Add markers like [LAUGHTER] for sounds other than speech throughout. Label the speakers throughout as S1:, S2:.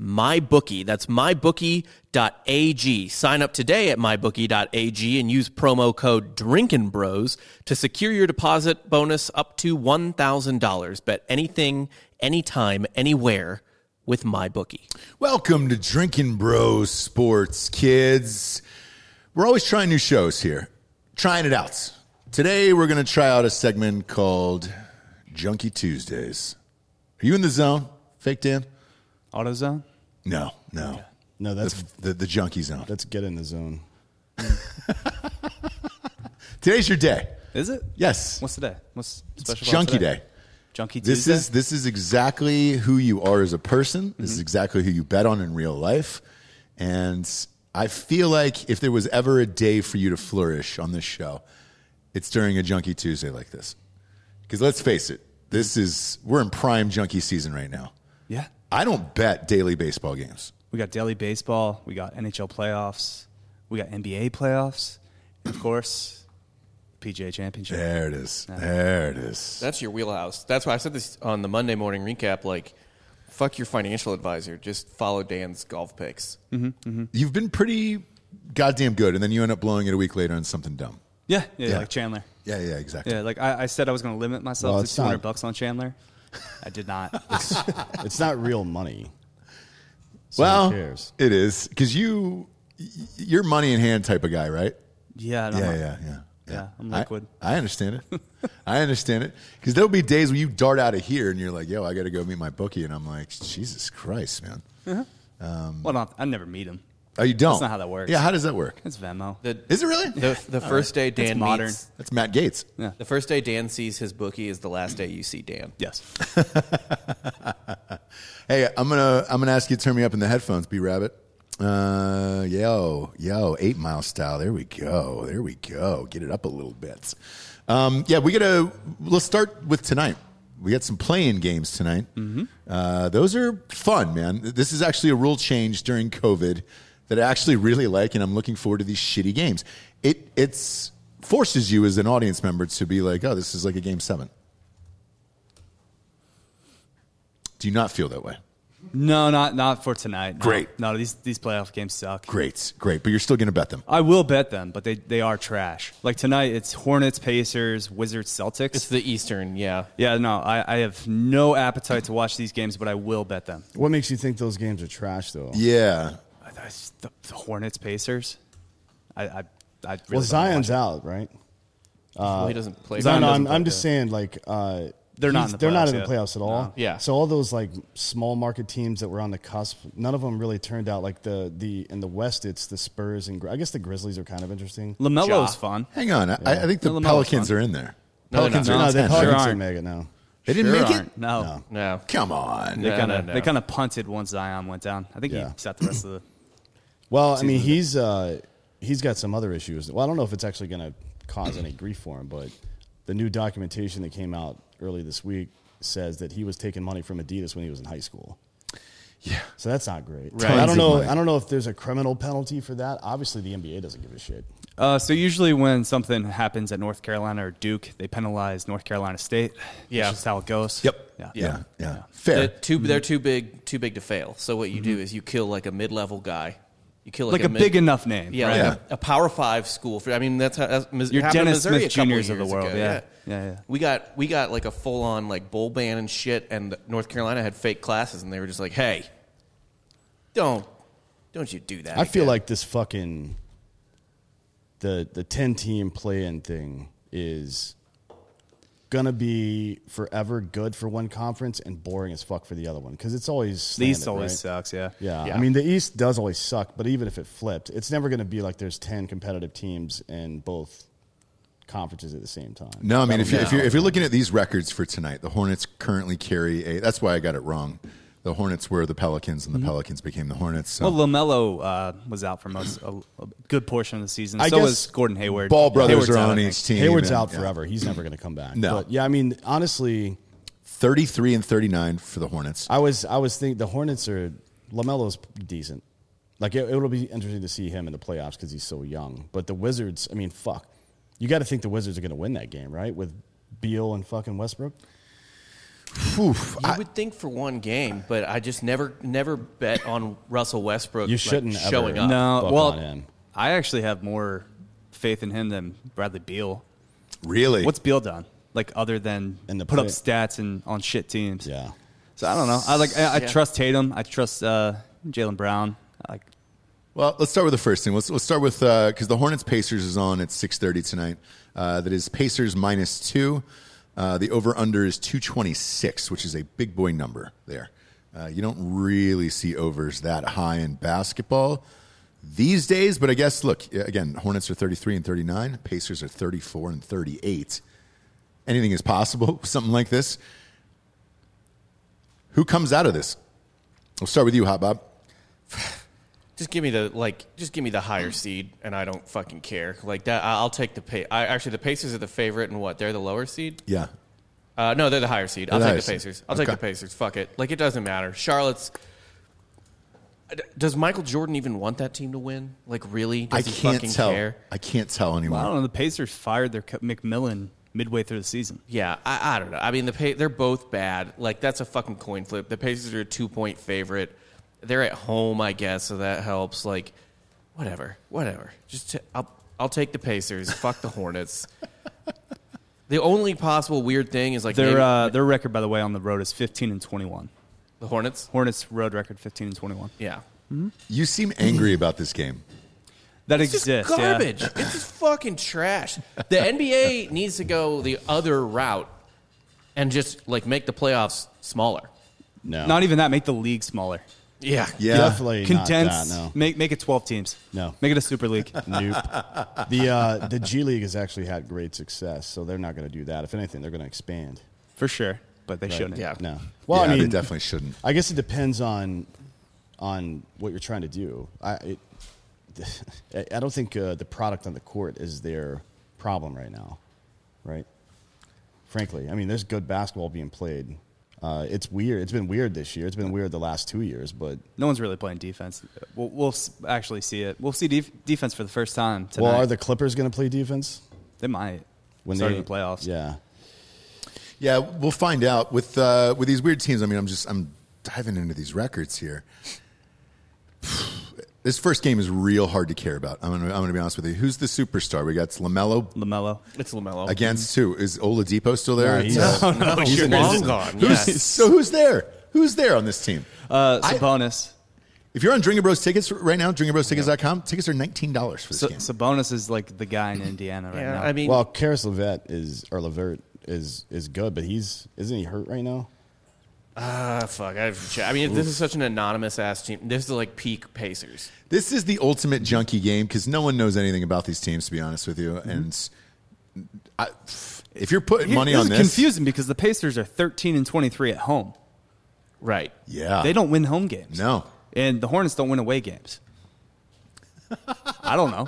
S1: MyBookie. That's mybookie.ag. Sign up today at mybookie.ag and use promo code DRINKINBROS to secure your deposit bonus up to $1,000. Bet anything, anytime, anywhere with MyBookie.
S2: Welcome to Drinking Bros Sports, kids. We're always trying new shows here, trying it out. Today, we're going to try out a segment called Junkie Tuesdays. Are you in the zone, Fake Dan?
S3: AutoZone?
S2: No, no.
S4: No, that's
S2: The, the junkie zone.
S4: that's get in the zone.
S2: Today's your day.
S3: Is it?
S2: Yes.
S3: What's the day? What's special? about
S2: Junkie
S3: today?
S2: day.
S3: Junkie
S2: This
S3: Tuesday.
S2: is this is exactly who you are as a person. This is
S4: Mm-hmm.
S2: exactly who you bet on in real life. And I feel like if there was ever a day for you to flourish on this show, it's during a junkie Tuesday like this. Because let's face it, this
S4: Mm-hmm.
S2: is we're in prime junkie season right now.
S3: yeah.
S2: I don't bet daily baseball games.
S3: We got daily baseball. We got NHL playoffs. We got NBA playoffs. Of course, PGA Championship.
S2: There it is. There it is.
S5: That's your wheelhouse. That's why I said this on the Monday morning recap. Like, fuck your financial advisor. Just follow Dan's golf picks.
S2: You've been pretty goddamn good, and then you end up blowing it a week later on something dumb.
S3: Yeah, yeah,
S2: Yeah.
S3: like Chandler.
S2: Yeah, yeah, exactly.
S3: Yeah, like I, I said, I was going to limit myself
S4: Well,
S3: to
S4: it's
S3: two hundred
S4: not-
S3: bucks on Chandler. I
S2: [LAUGHS]
S3: did not.
S4: It's not real money. So
S2: Well,
S4: who cares?
S2: it is because you y- you're money in hand type of guy, right?
S3: yeah, no,
S2: Yeah,
S3: I'm-
S2: yeah, yeah.
S3: Yeah, I'm
S2: I-
S3: liquid.
S2: I, understand
S3: [LAUGHS]
S2: it. I understand it because there'll be days where you dart out of here and you're like, "Yo, I got to go meet my bookie," and I'm like, "Jesus Christ, man!"
S3: Well, not, I never meet him.
S2: Oh, you don't?
S3: That's not how that works.
S2: Yeah, how does that work?
S3: It's Venmo.
S5: The
S2: Is it really?
S5: the, the first day Dan
S3: modern.
S5: meets
S2: That's Matt Gates.
S5: the first day Dan sees his bookie is the last day you see Dan.
S3: yes.
S2: [LAUGHS] Hey, I'm gonna I'm gonna ask you to turn me up in the headphones, B Rabbit. Uh, yo, yo, eight mile style. There we go. There we go. Get it up a little bit. Um, yeah, we gotta. Let's start with tonight. We got some playing games tonight. Uh, those are fun, man. This is actually a rule change during COVID that I actually really like, and I'm looking forward to these shitty games. It it's forces you as an audience member to be like, oh, this is like a game seven. Do you not feel that way?
S3: No, not not for tonight. No.
S2: Great.
S3: No, these these playoff games suck.
S2: Great, great, but you're still gonna bet them.
S3: I will bet them, but they, they are trash. Like tonight, it's Hornets, Pacers, Wizards, Celtics.
S5: It's the Eastern, yeah.
S3: yeah, no, I, I have no appetite to watch these games, but I will bet them.
S4: What makes you think those games are trash, though?
S2: Yeah.
S3: I- I- The, the Hornets, Pacers. I, I, I really
S4: well,
S3: don't
S4: Zion's
S3: watch
S4: out, right?
S5: well, he doesn't play.
S4: No,
S3: Zion
S4: no,
S3: doesn't
S4: I'm,
S3: play
S4: I'm just saying, like, uh,
S3: They're not
S4: he's-
S3: in the
S4: they're
S3: playoffs
S4: not in the
S3: yet.
S4: playoffs at all.
S5: Yeah.
S4: So all those like small market teams that were on the cusp, none of them really turned out. Like the the in the West, it's the Spurs and Gri- I guess the Grizzlies are kind of interesting.
S3: it. Lamelo
S5: Ja.
S3: is fun.
S2: Hang on. I, I think the
S3: No, Lamelo's
S2: Pelicans
S3: fun.
S2: are in there.
S5: No, they're
S2: Pelicans
S5: not.
S2: are
S4: No,
S2: in
S4: the
S2: 10.
S4: Pelicans
S3: aren't.
S4: didn't make it now.
S2: They didn't
S3: Sure
S2: make it?
S3: aren't. No.
S5: No.
S2: Come on.
S3: They kind
S5: no,
S3: of
S5: no.
S3: they kind of punted once Zion went down. I think
S4: Yeah.
S3: he sat the rest of the.
S4: Well, I mean, he's uh, he's got some other issues. Well, I don't know if it's actually going to cause any grief for him, but the new documentation that came out early this week says that he was taking money from Adidas when he was in high school. Yeah. So that's not great.
S2: Right.
S4: I
S2: Tons of
S4: don't know.
S2: money.
S4: I don't know if there's a criminal penalty for that. Obviously, the NBA doesn't give a shit.
S3: Uh, so usually when something happens at North Carolina or Duke, they penalize North Carolina State.
S5: Yeah.
S3: That's just how it goes.
S2: Yep.
S3: Yeah.
S2: Yeah. Yeah.
S5: They're
S2: Fair.
S5: too, they're too big, too big to fail. So what you do is you kill like a mid-level guy. You kill like,
S3: Like a
S5: mid-
S3: big enough name.
S5: yeah,
S3: right?
S5: like A, a Power Five school. For, I mean, that's how that's, Mis-
S3: Your
S5: happened in
S3: Dennis
S5: Missouri
S3: Smith
S5: a couple
S3: Juniors of the
S5: years
S3: world,
S5: ago.
S3: yeah. Yeah, yeah.
S5: We got we got like a full on like bowl ban and shit, and North Carolina had fake classes, and they were just like, "Hey, don't don't you do that."
S4: I feel
S5: again."
S4: like this fucking the the ten team play in thing is gonna be forever good for one conference and boring as fuck for the other one because it's always
S3: The East
S4: slanted,
S3: always
S4: right?
S3: sucks. Yeah.
S4: Yeah. I mean the East does always suck, but even if it flipped, it's never going to be like there's ten competitive teams in both conferences at the same time.
S2: No, I mean, if, you, if, you're, if you're looking at these records for tonight, the Hornets currently carry a. That's why I got it wrong. The Hornets were the Pelicans, and the Pelicans became the Hornets. So.
S3: Well, Lamelo uh, was out for most a, a good portion of the season.
S4: I
S3: so
S4: guess
S3: was Gordon Hayward.
S2: Ball brothers
S3: Hayward's
S2: are on
S3: out, I think.
S2: each team.
S4: Hayward's
S2: and-
S4: out
S2: yeah.
S4: forever. He's never going to come back.
S2: No.
S4: But yeah, I mean, honestly,
S2: Thirty-three and thirty-nine for the Hornets.
S4: I was I was thinking the Hornets are Lamelo's decent. Like it, it'll be interesting to see him in the playoffs because he's so young. But the Wizards, I mean, fuck, you got to think the Wizards are going to win that game, right? With Beal and fucking Westbrook.
S2: Oof,
S5: You would think for one game, but I just never never bet on Russell Westbrook.
S4: You
S5: like,
S4: shouldn't ever.
S5: showing up.
S3: No,
S4: Buck
S3: well,
S4: on him.
S3: I actually have more faith in him than Bradley Beal.
S2: really?
S3: What's Beal done? Like other than
S4: In the
S3: put up
S4: play-
S3: stats and on shit teams.
S4: Yeah,
S3: So I don't know. I like I, I
S5: Yeah.
S3: trust Tatum. I trust uh, Jalen Brown. I Like
S2: Well, let's start with the first thing. Let's let's start with because the Hornets Pacers is on at six thirty tonight. Uh, that is Pacers minus two. Uh, the over under is two twenty six, which is a big boy number there. Uh, you don't really see overs that high in basketball these days, but I guess look again. Hornets are thirty three and thirty nine. Pacers are thirty four and thirty eight. Anything is possible. [LAUGHS] with Something like this. Who comes out of this? We'll start with you, Hot Bob.
S5: Just give me the like. Just give me the higher seed, and I don't fucking care. Like that, I- I'll take the pay. I, actually, the Pacers are the favorite, and what they're the lower seed.
S2: Yeah,
S5: Uh, no, they're the higher seed. I'll
S2: They're the
S5: take the
S2: higher seed.
S5: Pacers. I'll
S2: Okay.
S5: take the Pacers. Fuck it. Like it doesn't matter. Charlotte's. Does Michael Jordan even want that team to win? Like really? Does
S2: I
S5: he
S2: can't
S5: fucking
S2: tell.
S5: care?
S2: I can't tell anymore.
S3: I don't know. The Pacers fired their co- McMillan midway through the season.
S5: Yeah, I, I don't know. I mean, the pay, they're both bad. Like that's a fucking coin flip. The Pacers are a two point favorite. They're at home, I guess, so that helps. Like, whatever, whatever. Just t- I'll I'll take the Pacers. Fuck the Hornets. [LAUGHS] The only possible weird thing is like maybe
S3: Their uh, their record, by the way, on the road is 15 and 21.
S5: the Hornets.
S3: Hornets road record 15 and 21.
S5: Yeah,
S2: You seem angry about this game.
S3: That
S5: it's just
S3: exists. yeah.
S5: garbage. It's just fucking trash. The NBA needs to go the other route and just like make the playoffs smaller.
S4: no,
S3: Not even that. Make the league smaller.
S5: Yeah,
S2: Yeah.
S4: definitely
S3: Condense.
S4: Not that,
S3: Make make it 12 teams.
S4: No.
S3: Make it a super
S4: [LAUGHS]
S3: league.
S4: no, nope. the uh, the G League has actually had great success, so they're not going to do that. If anything, they're going to expand.
S3: For sure. But they shouldn't.
S5: Yeah.
S4: No, well,
S2: yeah,
S4: I mean,
S2: they definitely shouldn't.
S4: I guess it depends on on what you're trying to do. I it, I- [LAUGHS] I don't think uh, the product on the court is their problem right now, right? Frankly, I mean, there's good basketball being played. Uh, it's weird. It's been weird this year. It's been weird the last two years, but
S3: No one's really playing defense. We'll, we'll s- actually see it. We'll see def- defense for the first time tonight.
S4: well, are the Clippers going to play defense
S3: they might starting the playoffs.
S4: Yeah,
S2: Yeah, we'll find out with uh, with these weird teams. I mean, I'm just I'm diving into these records here. [SIGHS] This first game is real hard to care about. I'm gonna, I'm gonna be honest with you. Who's the superstar? We got Lamelo
S3: Lamelo.
S5: it's Lamelo.
S2: against who? Is Oladipo still there?
S4: No,
S2: It's,
S4: he's-
S2: uh,
S5: no,
S2: he's
S5: you're
S2: in
S5: long
S2: prison.
S5: gone.
S2: Who's,
S5: Yes.
S2: So who's there? Who's there on this team?
S3: Uh, Sabonis.
S2: If you're on Drinking Bros tickets right now, drinkingbrostickets.com, tickets are nineteen dollars for this
S3: Sa-
S2: game.
S3: Sabonis is like the guy in Indiana right
S5: yeah,
S3: now.
S5: I mean,
S4: well, Karis Levert is or Levert is is good, but he's isn't he hurt right now?
S5: Ah, fuck. I, have to check. I mean, this is such an anonymous ass team. This is like peak Pacers.
S2: This is the ultimate junkie game because no one knows anything about these teams, to be honest with you. And I, if you're putting
S3: Here-
S2: money on
S3: is
S2: this,
S3: confusing because the Pacers are 13 and 23 at home.
S5: Right.
S2: yeah,
S3: they don't win home games.
S2: No,
S3: And the Hornets don't win away
S4: [LAUGHS]
S3: games. I don't know.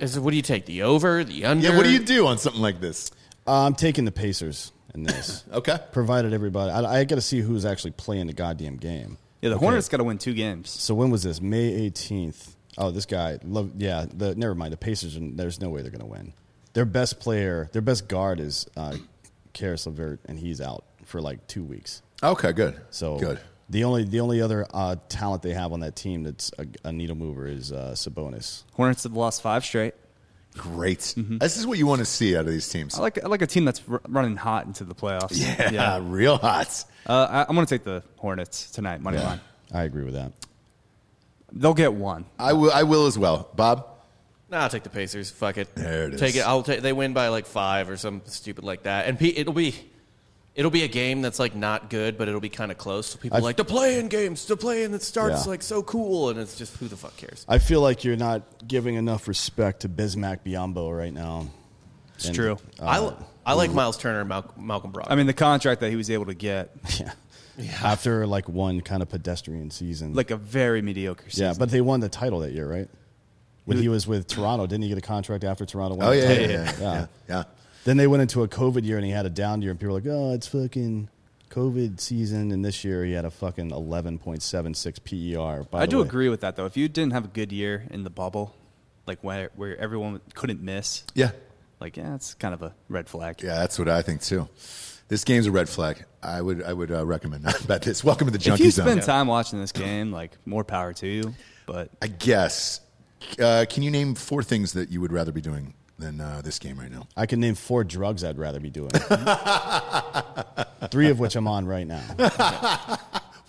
S5: Is, what do you take? The over? The under?
S2: yeah. What do you do on something like this?
S4: Uh, I'm taking the Pacers in this.
S2: Okay,
S4: provided everybody. I, I got to see who's actually playing the goddamn game.
S3: Yeah, the Hornets got to win two games.
S4: So when was this? May 18th. Oh, this guy. Love. Yeah. The never mind. The Pacers. Are, there's no way they're going to win. Their best player, their best guard is uh, Karis LeVert, and he's out for like two weeks.
S2: okay, good.
S4: So
S2: good.
S4: The only the only other uh, talent they have on that team that's a, a needle mover is uh, Sabonis.
S3: Hornets have lost five straight.
S2: Great. This is what you want to see out of these teams.
S3: I like I like a team that's r- running hot into the playoffs.
S2: yeah, real hot.
S3: Uh, I, I'm going to take the Hornets tonight, money line.
S4: I agree with that.
S3: They'll get one.
S2: I will. I will as well, Bob.
S5: Nah, I'll take the Pacers. Fuck it.
S2: There it
S5: Take
S2: is.
S5: it. I'll take. They win by like five or something stupid like that. And P, it'll be, it'll be a game that's like not good, but it'll be kind of close. So people are
S4: I've-
S5: like the play-in games, the play-in that starts
S4: Yeah.
S5: like so cool, and it's just who the fuck cares?
S4: I feel like you're not giving enough respect to Bismack Biombo right now.
S3: It's true.
S2: Uh,
S5: I, I like Miles Turner, and Mal- Malcolm Brock.
S3: I mean, the contract that he was able to get
S4: Yeah. after like one kind of pedestrian season.
S3: Like a very mediocre season.
S4: yeah, but they won the title that year, right? When he was with Toronto, didn't he get a contract after Toronto won?
S2: Oh
S4: the
S2: yeah, yeah,
S4: title?
S2: yeah, yeah, yeah.
S4: Then they went into a COVID year and he had a down year, and people were like, "Oh, it's fucking COVID season." And this year he had a fucking eleven point seven six PER.
S3: I
S4: By the
S3: do
S4: way.
S3: agree with that though. If you didn't have a good year in the bubble, like where where everyone couldn't miss,
S2: yeah.
S3: like yeah, it's kind of a red flag.
S2: Yeah, that's what I think too. This game's a red flag. I would I would uh, recommend [LAUGHS] not bet this. Welcome to the
S3: if
S2: junkie
S3: you
S2: zone.
S3: spend time watching this game, like more power to you. But
S2: I guess. Uh, can you name four things that you would rather be doing than uh, this game right now? [LAUGHS]
S4: I can name four drugs I'd rather be doing. [LAUGHS] Three of which I'm on right now.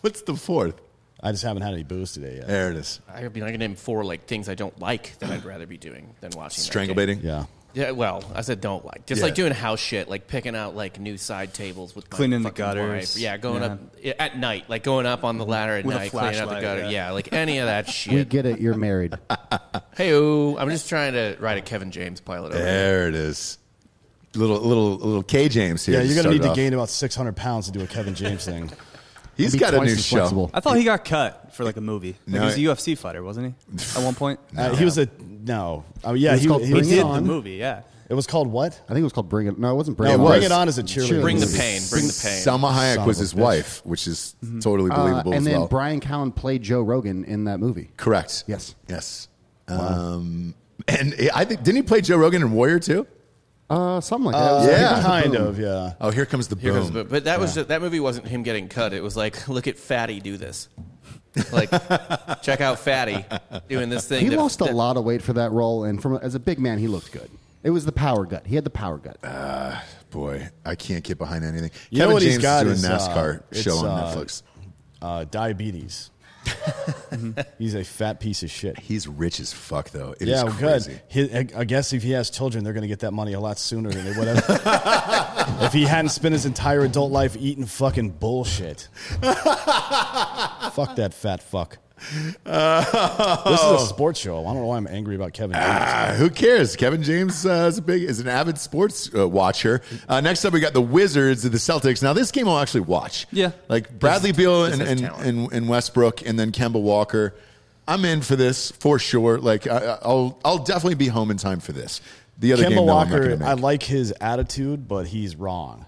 S2: What's the fourth?
S4: I just haven't had any booze today yet.
S2: There it is.
S5: I mean, I can name four like things I don't like that I'd rather be doing than watching. that
S2: Strangle
S5: game.
S2: baiting.
S4: Yeah.
S5: Yeah, well, I said don't like. Just
S2: Yeah.
S5: like doing house shit, like picking out like new side tables with my
S3: Cleaning the
S5: fucking
S3: gutters.
S5: wife. Yeah, going up at night, like going up on the ladder at
S3: With a
S5: night, cleaning out the
S3: flashlight,
S5: gutter. Yeah.
S3: yeah.
S5: like any of that
S6: We
S5: shit.
S6: get it. You're [LAUGHS] married.
S5: Hey, ooh, I'm just trying to write a Kevin James pilot. Over here.
S2: There it is. Little little little K James here.
S4: Yeah,
S2: to
S4: you're gonna
S2: start
S4: need to
S2: off.
S4: gain about 600 pounds to do a Kevin James thing.
S2: [LAUGHS] He's
S6: Be
S2: got a
S6: twice
S2: new
S6: as
S2: show.
S6: flexible.
S3: I thought he got cut for like a movie. Like
S2: No,
S3: he was a
S2: I-
S3: UFC fighter, wasn't
S4: [SIGHS]
S3: he? At one point,
S4: Uh, he was a no. Oh yeah,
S6: It was
S4: he,
S6: called
S4: he
S6: Bring
S4: was,
S6: It
S3: did
S6: On.
S3: the movie. Yeah,
S4: It was called what?
S6: I think it was called Bring It. No, it wasn't Bring
S2: No,
S6: It
S2: it
S6: On.
S2: was. Bring It
S4: On is a cheerleading
S5: Bring the
S4: Ooh.
S5: pain. Bring the pain. Mm-hmm.
S2: Selma Hayek
S4: Son
S2: was
S4: of a
S2: his
S4: bitch.
S2: wife, which is totally
S6: Uh,
S2: believable as
S6: and then
S2: well.
S6: Brian Callen played Joe Rogan in that movie.
S2: Correct.
S6: Yes.
S2: Yes. Um, and I think didn't he play Joe Rogan in Warrior too?
S6: Uh, something like that. It
S2: [LAUGHS]
S6: was-
S2: yeah.
S4: kind of. Yeah.
S2: Oh, here comes the
S5: Here
S2: boom.
S5: comes, but, but that was that movie wasn't him getting cut. It was like, look at Fatty do this. Like, check out Fatty doing this thing.
S6: He
S5: that-
S6: lost a
S5: that-
S6: lot of weight for that role, and from as a big man, he looked good. It was the power gut. He had the power gut.
S2: Boy, I can't get behind anything.
S4: You know
S2: Kevin
S4: what
S2: James
S4: he's got
S2: is
S4: is,
S2: doing a
S4: uh,
S2: NASCAR
S4: it's,
S2: show on
S4: uh,
S2: Netflix.
S4: Uh, diabetes.
S5: [LAUGHS]
S4: He's a fat piece of shit.
S2: He's rich as fuck though. It is
S4: yeah, well,
S2: crazy.
S4: good. He, I I guess if he has children, they're going to get that money a lot sooner than they would have.
S2: [LAUGHS]
S4: if he hadn't spent his entire adult life eating
S2: [LAUGHS]
S4: fucking bullshit. fuck that fat fuck.
S2: Oh.
S4: This is a sports show. I don't know why I'm angry about Kevin. James.
S2: Uh, who cares? Kevin James uh, is a big is an avid sports uh, watcher. Uh, next up, we got the Wizards of the Celtics. Now, this game I'll actually watch.
S3: Yeah.
S2: like Bradley Beal
S5: this
S2: and,
S5: has
S2: and,
S5: talent.
S2: and, and Westbrook, and then Kemba Walker. I'm in for this for sure. Like I, I'll I'll definitely be home in time for this. The other game,
S4: Kemba
S2: though, I'm not gonna
S4: Walker,
S2: make.
S4: I like his attitude, but he's wrong.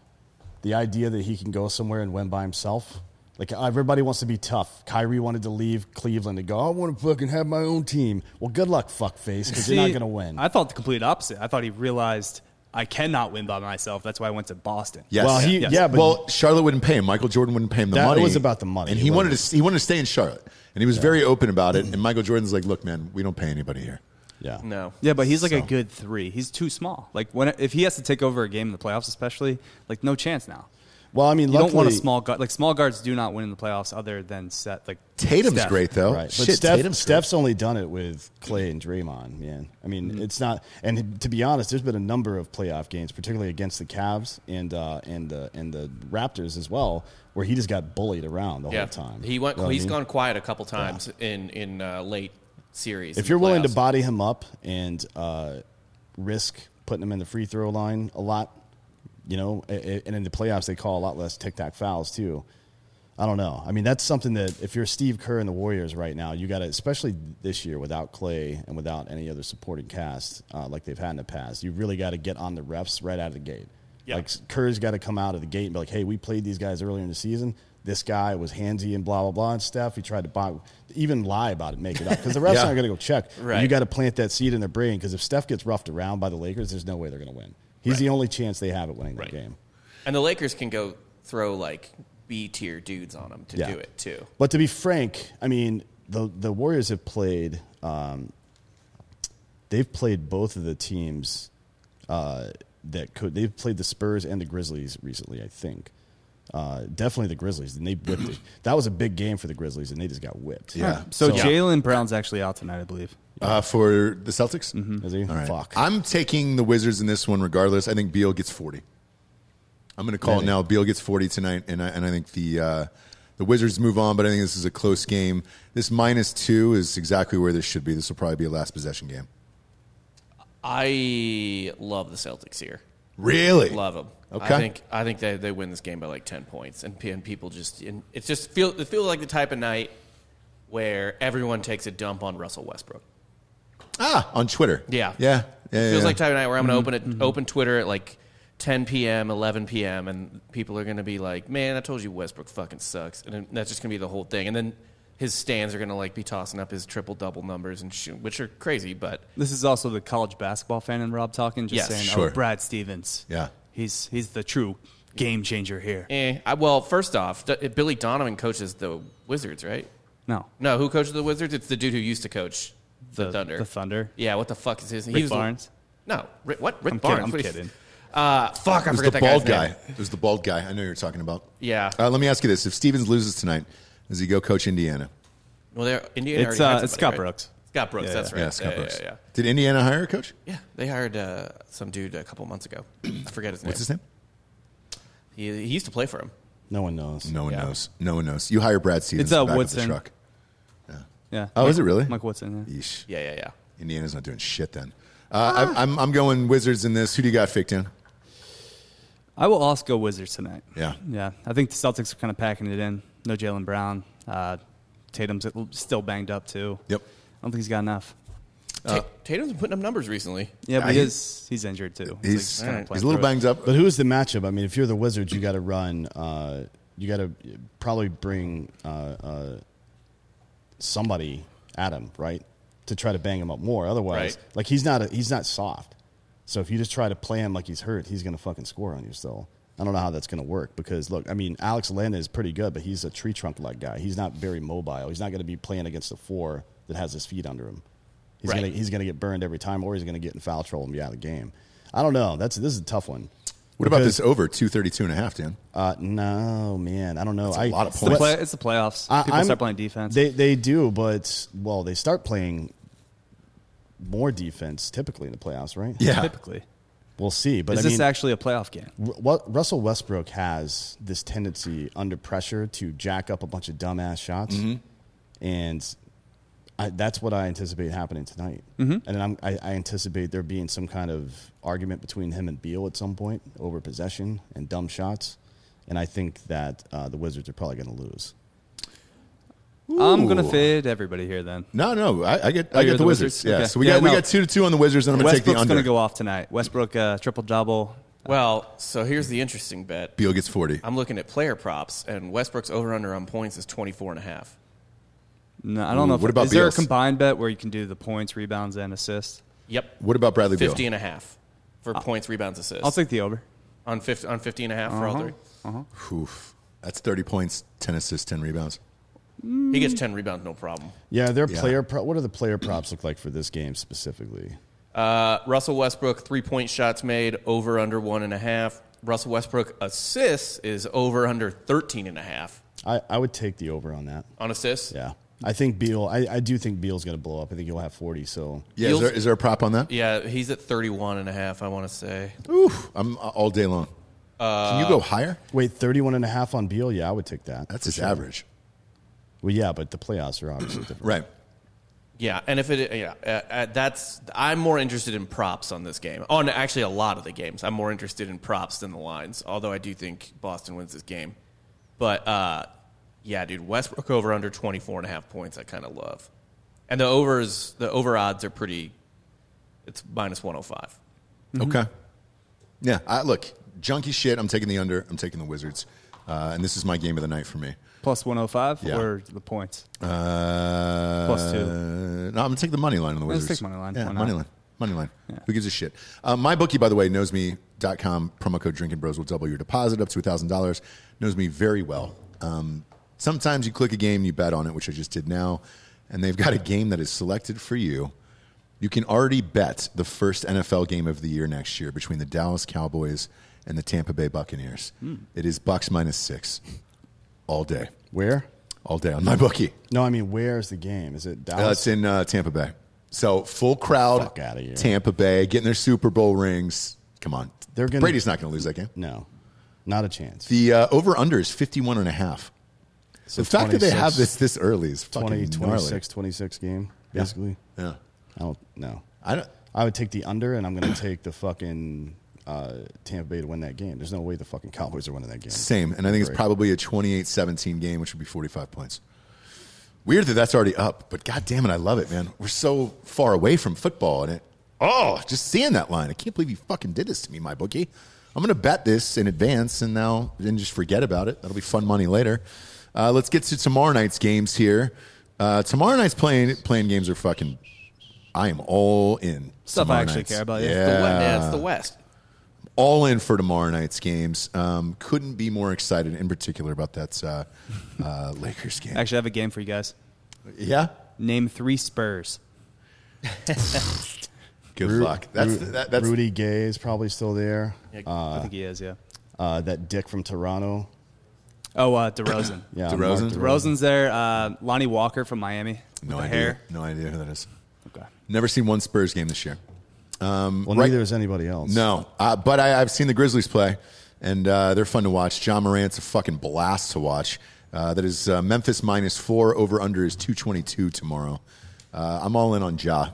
S4: The idea that he can go somewhere and win by himself. Like everybody wants to be tough. Kyrie wanted to leave Cleveland to go. I want to fucking have my own team. Well, good luck, fuckface, because you're not
S3: See,
S4: going to win.
S3: I thought the complete opposite. I thought he realized I cannot win by myself. That's why I went to Boston.
S2: Yes.
S4: Well, he- yeah, but-
S2: well, Charlotte wouldn't pay him. Michael Jordan wouldn't pay him the
S4: That
S2: money.
S4: was about the money.
S2: and he
S4: It
S2: wanted
S4: wasn't-
S2: to he wanted to stay in Charlotte, and he was very open about it. And Michael Jordan's like, "Look, man, we don't pay anybody here."
S4: yeah,
S5: No.
S3: Yeah, but he's like a good three. He's too small. Like when if he has to take over a game in the playoffs, especially, like no chance now.
S4: Well, I mean,
S3: You
S4: luckily,
S3: don't want a small guard. Like small guards do not win in the playoffs, other than set like
S2: Tatum's
S3: Steph.
S2: great though.
S4: Right. But
S2: Oh, Shit,
S4: Steph,
S2: Tatum's
S4: Steph's only done it with Clay and Draymond, man. I mean,
S2: Mm.
S4: it's not. And to be honest, there's been a number of playoff games, particularly against the Cavs and uh, and the and the Raptors as well, where he just got bullied around the
S5: Yeah.
S4: whole time.
S5: He went.
S4: You know what I
S5: he's
S4: mean?
S5: gone quiet a couple times in in uh, late series.
S4: If
S5: and
S4: you're willing to
S5: playoffs.
S4: body him up and uh, risk putting him in the free throw line a lot, you know, a- a- and in the playoffs they call a lot less tic tac fouls too. I don't know. I mean, that's something that if you're Steve Kerr and the Warriors right now, you got to, especially this year without Clay and without any other supporting cast uh, like they've had in the past, you really got to get on the refs right out of the gate. Like Kerr's got to come out of the gate and be like, "Hey, we played these guys earlier in the season. This guy was handsy and blah blah blah and stuff. He tried to buy, even lie about it, make it up because
S5: [LAUGHS]
S4: the refs
S2: Yeah.
S4: aren't going to go check.
S5: Right.
S4: You got to plant that seed in their brain because if Steph gets roughed around by the Lakers, there's no way they're going to win. He's the only chance they have at winning that
S5: Right.
S4: game.
S5: and the Lakers can go throw like B tier dudes on him to
S4: Yeah.
S5: do it too.
S4: But to be frank, I mean, the the Warriors have played. Um, they've played both of the teams uh, that could. They've played the Spurs and the Grizzlies recently, I think. Uh, definitely the Grizzlies, and they whipped it. That was a big game for the Grizzlies, and they just got whipped.
S2: Yeah.
S3: So,
S4: So-
S3: Jalen Brown's actually out tonight, I believe.
S2: Uh, for the Celtics, mm-hmm.
S4: Is he?
S2: All right.
S4: Fuck.
S2: I'm taking the Wizards in this one regardless. I think Beal gets 40. I'm going to call it
S4: Really?
S2: now. Beal gets 40 tonight, and I, and I think the uh, the Wizards move on, but I think this is a close game. This minus two is exactly where this should be. This will probably be a last possession game.
S5: I love the Celtics here.
S2: Really?
S5: Love them.
S2: Okay.
S5: I think I think they, they win this game by like ten points, and, pe- and people just and it's just feel it feels like the type of night where everyone takes a dump on Russell Westbrook.
S2: Ah, on Twitter.
S5: Yeah.
S2: Yeah. yeah
S5: it feels
S2: yeah.
S5: like type of night where I'm
S3: Mm-hmm.
S5: gonna open it, open Twitter at like 10 p.m., 11 p.m., and people are gonna be like, "Man, I told you Westbrook fucking sucks," and then that's just gonna be the whole thing. And then his stands are gonna like be tossing up his triple double numbers and shoot, which are crazy, but
S3: This is also the college basketball fan and Rob talking, just
S5: Yes,
S3: saying,
S2: sure.
S3: "Oh, Brad Stevens,
S2: Yeah.
S3: he's he's the true game changer here."
S5: eh. I, well, first off, D- Billy Donovan coaches the Wizards, right?
S3: No,
S5: No, who coaches the Wizards? It's the dude who used to coach the, Thunder.
S3: the Thunder.
S5: Yeah, what the fuck is his? name?
S3: Rick Barnes?
S5: No, Rick, what? Rick
S3: I'm kidding,
S5: Barnes.
S3: I'm
S5: What is-
S3: kidding.
S5: Uh, fuck, I
S2: It was
S5: forget
S2: the
S5: that
S2: bald
S5: guy's
S2: guy.
S5: name.
S2: It was the bald guy. I know you're talking about.
S5: Yeah.
S2: Uh, let me ask you this: If Stevens loses tonight, does he go coach Indiana?
S5: Well, they're Indiana.
S3: It's
S5: already
S3: uh,
S5: had somebody,
S3: it's Scott
S5: right?
S3: Brooks.
S5: Scott Brooks.
S3: Yeah,
S5: that's
S3: yeah.
S5: right.
S2: Yeah, Scott Brooks.
S5: Yeah, yeah.
S2: Did Indiana hire a coach?
S5: Yeah, they hired uh, some dude a couple months ago. I forget his name.
S2: What's his name?
S5: He, he used to play for him.
S4: No one knows.
S2: No one
S5: Yeah.
S2: knows. No one knows. You hire Brad Stevens.
S3: It's, uh,
S2: back of the
S3: Woodson.
S2: truck.
S3: Yeah.
S2: Oh,
S3: Mike-
S2: is it really?
S3: Mike Woodson. Yeah.
S2: Yeesh.
S5: Yeah, yeah, yeah.
S2: Indiana's not doing shit then. Uh, I'm, I'm, I'm going Wizards in this. Who do you got, Fake Dan?
S3: I will also go Wizards tonight.
S2: Yeah.
S3: Yeah. I think the Celtics are kind of packing it in. No Jalen Brown. Uh, Tatum's still banged up too.
S2: Yep.
S3: I don't think he's got enough.
S5: Ta- Tatum's been putting up numbers recently.
S3: Oh. Yeah, but
S2: Yeah,
S3: he
S2: he-
S3: is, he's injured too.
S2: He's,
S3: kinda
S2: he's
S3: playing
S2: a little
S3: through it.
S2: banged up.
S4: But who's the matchup? I mean, if you're the Wizards, you got to run. Uh, you got to probably bring uh, uh, somebody at him, right, to try to bang him up more. Otherwise,
S5: Right.
S4: like he's not a, he's not soft. So if you just try to play him like he's hurt, he's going to fucking score on you still. I don't know how that's going to work because look, I mean, Alex Len is pretty good, but he's a tree trunk like guy. He's not very mobile. He's not going to be playing against a four that has his feet under him. He's
S5: Right.
S4: gonna he's gonna get burned every time, or he's gonna get in foul trouble and be out of the game. I don't know. That's this is a tough one.
S2: What about
S4: Because-
S2: this over 232 and a half, Dan?
S4: Uh, no, man, I don't know. I,
S2: a lot of
S4: what-
S2: points.
S3: The play, it's the playoffs.
S4: I-
S3: People
S4: I'm-
S3: start playing defense.
S4: They they do, but well, they start playing more defense typically in the playoffs, right?
S2: Yeah.
S3: typically.
S4: we'll see. But
S3: Is
S4: I
S3: this
S4: mean,
S3: actually a playoff game?
S4: Ru- what Russell Westbrook has this tendency under pressure to jack up a bunch of dumbass shots, and I, that's what I anticipate happening tonight. Mm-hmm. And I'm, I, I anticipate there being some kind of argument between him and Beal at some point over possession and dumb shots. And I think that uh, the Wizards are probably going to lose.
S3: I'm gonna
S2: Ooh.
S3: fade everybody here then.
S2: No, no, I, I get,
S3: Oh,
S2: I get
S3: you're
S2: the,
S3: the
S2: Wizards.
S3: Wizards?
S2: Yeah,
S3: Okay.
S2: so we
S3: Yeah,
S2: got, we
S3: no.
S2: got two to two on the Wizards, and I'm going to take the
S3: Westbrook's
S2: under.
S3: gonna go off tonight. Westbrook uh, triple double.
S5: Well, so here's the interesting bet.
S2: Beal gets 40.
S5: I'm looking at player props, and Westbrook's over-under on points is 24 and a half.
S3: No, I don't know.
S2: Ooh,
S3: If,
S2: what about
S3: is there a
S2: Beal's?
S3: combined bet where you can do the points, rebounds, and assists?
S5: Yep.
S2: What about Bradley Beal?
S5: 50 and a half for points, rebounds, assists.
S3: Uh, I'll Uh-huh. take the over.
S5: on 50, on 50 and a half for all three.
S2: Oof. That's 30 points, 10 assists, 10 rebounds.
S5: He gets 10 rebounds, no problem.
S4: Yeah, their
S2: Yeah.
S4: player. Pro- what do the player props look like for this game specifically?
S5: Uh, Russell Westbrook, three point shots made, over under one and a half. Russell Westbrook assists is over under 13 and a half
S4: I, I would take the over on that.
S5: on assists.
S4: Yeah, I think Beal. I, I do think Beal's going to blow up. I think he'll have forty. So
S2: Yeah, is
S5: Beal's-
S2: there, is there a prop on that?
S5: Yeah, he's at 31 and a half, I want to say.
S2: Oof. I'm uh, all day long. Can you go higher?
S4: Wait, 31 and a half on Beal? Yeah, I would take that.
S2: That's
S4: for
S2: his
S4: sure.
S2: average.
S4: Well, yeah, but the playoffs
S2: [CLEARS THROAT]
S4: are obviously different.
S2: Right.
S5: Yeah, and if it yeah, uh, uh, that's I'm more interested in props on this game. On actually a lot of the games, I'm more interested in props than the lines, although I do think Boston wins this game. But uh yeah, dude, Westbrook over under 24 and a half points I kind of love. And the overs, the over odds are pretty it's minus 105.
S2: Okay. Yeah. I, look, junky shit. I'm taking the under. I'm taking the Wizards. Uh, and this is my game of the night for me.
S3: Plus 105
S2: Yeah.
S3: or the points?
S2: Uh,
S3: Plus two.
S2: No, I'm gonna take the money line on the
S3: Let's
S2: Wizards.
S3: take money line.
S2: Yeah,
S3: Why not?
S2: money line. Money line. Who gives a shit? Uh, my bookie, by the way, knows me. Dot com promo code Drinking Bros will double your deposit up to thousand dollars. Knows me very well. Um, sometimes you click a game, you bet on it, which I just did now, and they've got a game that is selected for you. You can already bet the first NFL game of the year next year between the Dallas Cowboys and the Tampa Bay Buccaneers.
S3: Hmm.
S2: It is Bucks minus six, all day,
S4: Where?
S2: all day on my bookie.
S4: No, I mean, where's the game? Is it
S2: Uh,
S4: Dallas?
S2: it's in uh, Tampa Bay. So full crowd.
S4: Fuck outta here.
S2: Tampa Bay getting their Super Bowl rings. Come on.
S4: They're gonna-
S2: Brady's not going to lose that game.
S4: no, not a chance.
S2: The uh, over under is 51 and a half.
S4: So
S2: the fact that they
S4: 26
S2: have this this early is fucking
S4: 20,
S2: gnarly.
S4: 26, 26 game, basically.
S2: Yeah.
S4: I don't know.
S2: I don't
S4: [CLEARS THROAT] I would take the under, and I'm going to take the fucking uh, Tampa Bay to win that game. There's no way the fucking Cowboys are winning that game.
S2: Same. And I think it's probably a 28 17 game, which would be 45 points. Weird that that's already up, but God damn it, I love it, man. We're so far away from football, and it, oh, just seeing that line. I can't believe you fucking did this to me, my bookie. I'm going to bet this in advance and now and just forget about it. That'll be fun money later. Uh, let's get to tomorrow night's games here. Uh, tomorrow night's playing, playing games are fucking. I am all in.
S3: Stuff I
S2: tomorrow
S3: actually
S2: night's.
S3: care about, yeah.
S2: Yeah.
S3: It's
S5: The West, yeah, it's the West.
S2: all in for tomorrow night's games. Um, couldn't be more excited, in particular, about that uh, uh, [LAUGHS] Lakers game.
S3: Actually, I have a game for you guys.
S2: yeah,
S3: Name three Spurs.
S2: good
S4: Ru-
S2: luck. That's
S4: Ru-
S2: that, that's
S4: Rudy Gay is probably still there.
S3: I think he is. Yeah.
S4: Uh, that dick from Toronto.
S3: Oh, uh, DeRozan.
S4: Yeah,
S2: [COUGHS] DeRozan?
S4: Mark
S3: DeRozan's there. Uh, Lonnie Walker from Miami. with
S2: no
S3: the
S2: idea.
S3: hair.
S2: No idea who that is.
S3: Okay.
S2: Never seen one Spurs game this year. Um,
S4: Well,
S2: Right-
S4: neither is anybody else.
S2: No, uh, but I, I've seen the Grizzlies play, and uh, they're fun to watch. John Morant's a fucking blast to watch. Uh, that is uh, Memphis minus four. Over under is two twenty two tomorrow. Uh, I'm all in on Ja.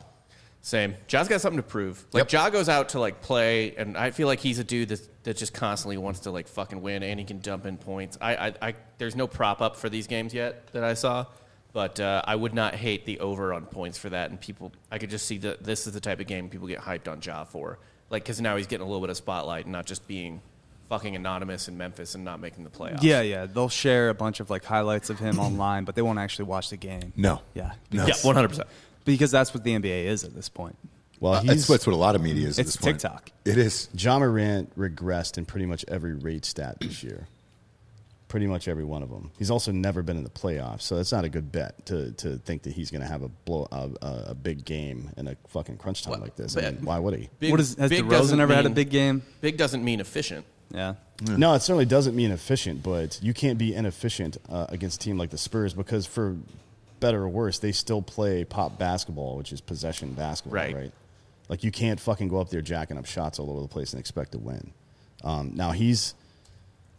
S5: Same. Ja's got something to prove. Like
S2: Yep.
S5: Ja goes out to like play, and I feel like he's a dude that that just constantly wants to like fucking win, and he can dump in points. I, I, I there's no prop up for these games yet that I saw, but uh, I would not hate the over on points for that. And people, I could just see that this is the type of game people get hyped on Ja for, like because now he's getting a little bit of spotlight and not just being fucking anonymous in Memphis and not making the playoffs.
S3: Yeah, yeah. They'll share a bunch of like highlights of him [LAUGHS] online, but they won't actually watch the game.
S2: No.
S3: Yeah.
S2: No.
S5: yeah, one hundred percent.
S3: Because that's what the NBA is at this point.
S4: Well,
S2: Uh,
S4: he's
S2: that's, that's what a lot of media is. at
S3: It's
S2: this point.
S3: TikTok.
S2: It is.
S4: John Morant regressed in pretty much every rate stat this year. Pretty much every one of them. He's also never been in the playoffs, so that's not a good bet to, to think that he's going to have a blow a, a, a big game in a fucking crunch time
S5: Well,
S4: like this. I
S5: but-
S4: mean, why would he?
S5: Big,
S3: what is has
S5: big
S3: DeRozan
S5: doesn't
S3: ever had a
S5: mean-
S3: big game?
S5: Big doesn't mean efficient.
S3: Yeah.
S2: Mm-hmm. Hmm.
S4: No, it certainly doesn't mean efficient, but you can't be inefficient uh, against a team like the Spurs because, for better or worse, they still play pop basketball, which is possession basketball,
S5: Right.
S4: right? Like you can't fucking go up there jacking up shots all over the place and expect to win. Um, now he's, [SIGHS]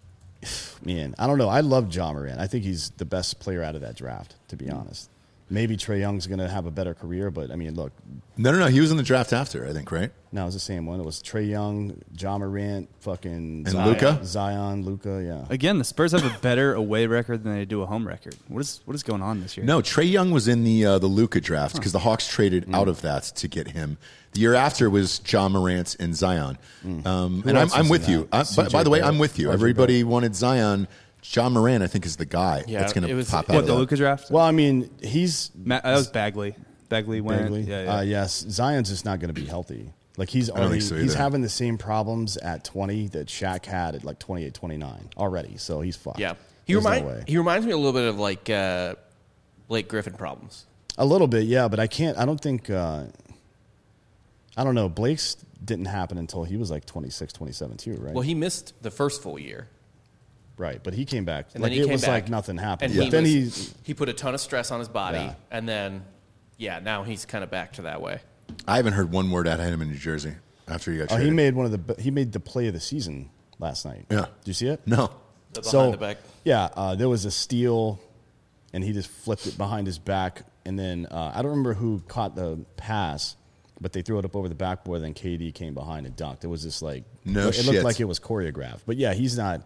S4: man, I don't know. I love John Moran. I think he's the best player out of that draft, to
S2: Hmm.
S4: be honest. Maybe Trey Young's going to have a better career, but I mean, look,
S2: No, no, no. He was in the draft after, I think, right?
S4: no, it was the same one. It was Trey Young, John Morant, fucking
S2: And Luka?
S4: Zion, Luca, yeah.
S3: Again, the Spurs have a better away record than they do a home record. What is what is going on this year?
S2: No, Trey Young was in the uh, the Luca draft because the Hawks traded
S4: Hmm.
S2: out of that to get him. The year after was John Morant and Zion. Um, and I'm,
S4: Hmm. else
S2: I'm
S4: was
S2: with
S4: in
S2: you.
S4: that?
S2: I, by,
S4: CJ
S2: by the way, I'm
S4: Barrett,
S2: with you.
S4: RJ
S2: Everybody wanted Zion. John Morant, I think, is the guy
S5: Yeah,
S2: that's going
S5: it
S2: to
S5: was-
S2: pop out.
S3: What
S2: of
S3: the
S2: that.
S3: Luka draft?
S4: Well, I mean, he's
S3: Ma- that was Bagley. Bagley went.
S4: Bagley.
S3: Yeah, yeah.
S4: Uh, yes, Zion's just not going to be healthy. Like he's
S2: don't
S4: already
S2: think so
S4: he's
S2: either.
S4: having the same problems at 20 that Shaq had at like 28, 29 already. So he's fucked.
S5: Yeah, he
S4: There's no
S5: remind
S4: way.
S5: he reminds me a little bit of like uh, Blake Griffin problems.
S4: a little bit, yeah, but I can't. I don't think. Uh, I don't know. Blake's didn't happen until he was like 26, 27 too, right?
S5: Well, he missed the first full year,
S4: right, but he came back.
S5: and
S4: like
S5: then he
S4: it
S5: came
S4: was
S5: back.
S4: like nothing happened.
S5: And
S4: but
S5: he
S4: then
S5: was-
S4: he
S5: he put a ton of stress on his body,
S4: Yeah.
S5: and then yeah, now he's kind of back to that way.
S2: I haven't heard one word out of him in New Jersey after he got
S4: oh,
S2: traded.
S4: he made one of the be- he made the play of the season last night.
S2: Yeah.
S4: Did you see it?
S2: no.
S5: The behind the back.
S4: Yeah, uh, there was a steal, and he just flipped it behind his back. And then uh, I don't remember who caught the pass, but they threw it up over the backboard. Then KD came behind and dunked. It was just like
S2: No
S4: it
S2: shit.
S4: looked like it was choreographed. But yeah, he's not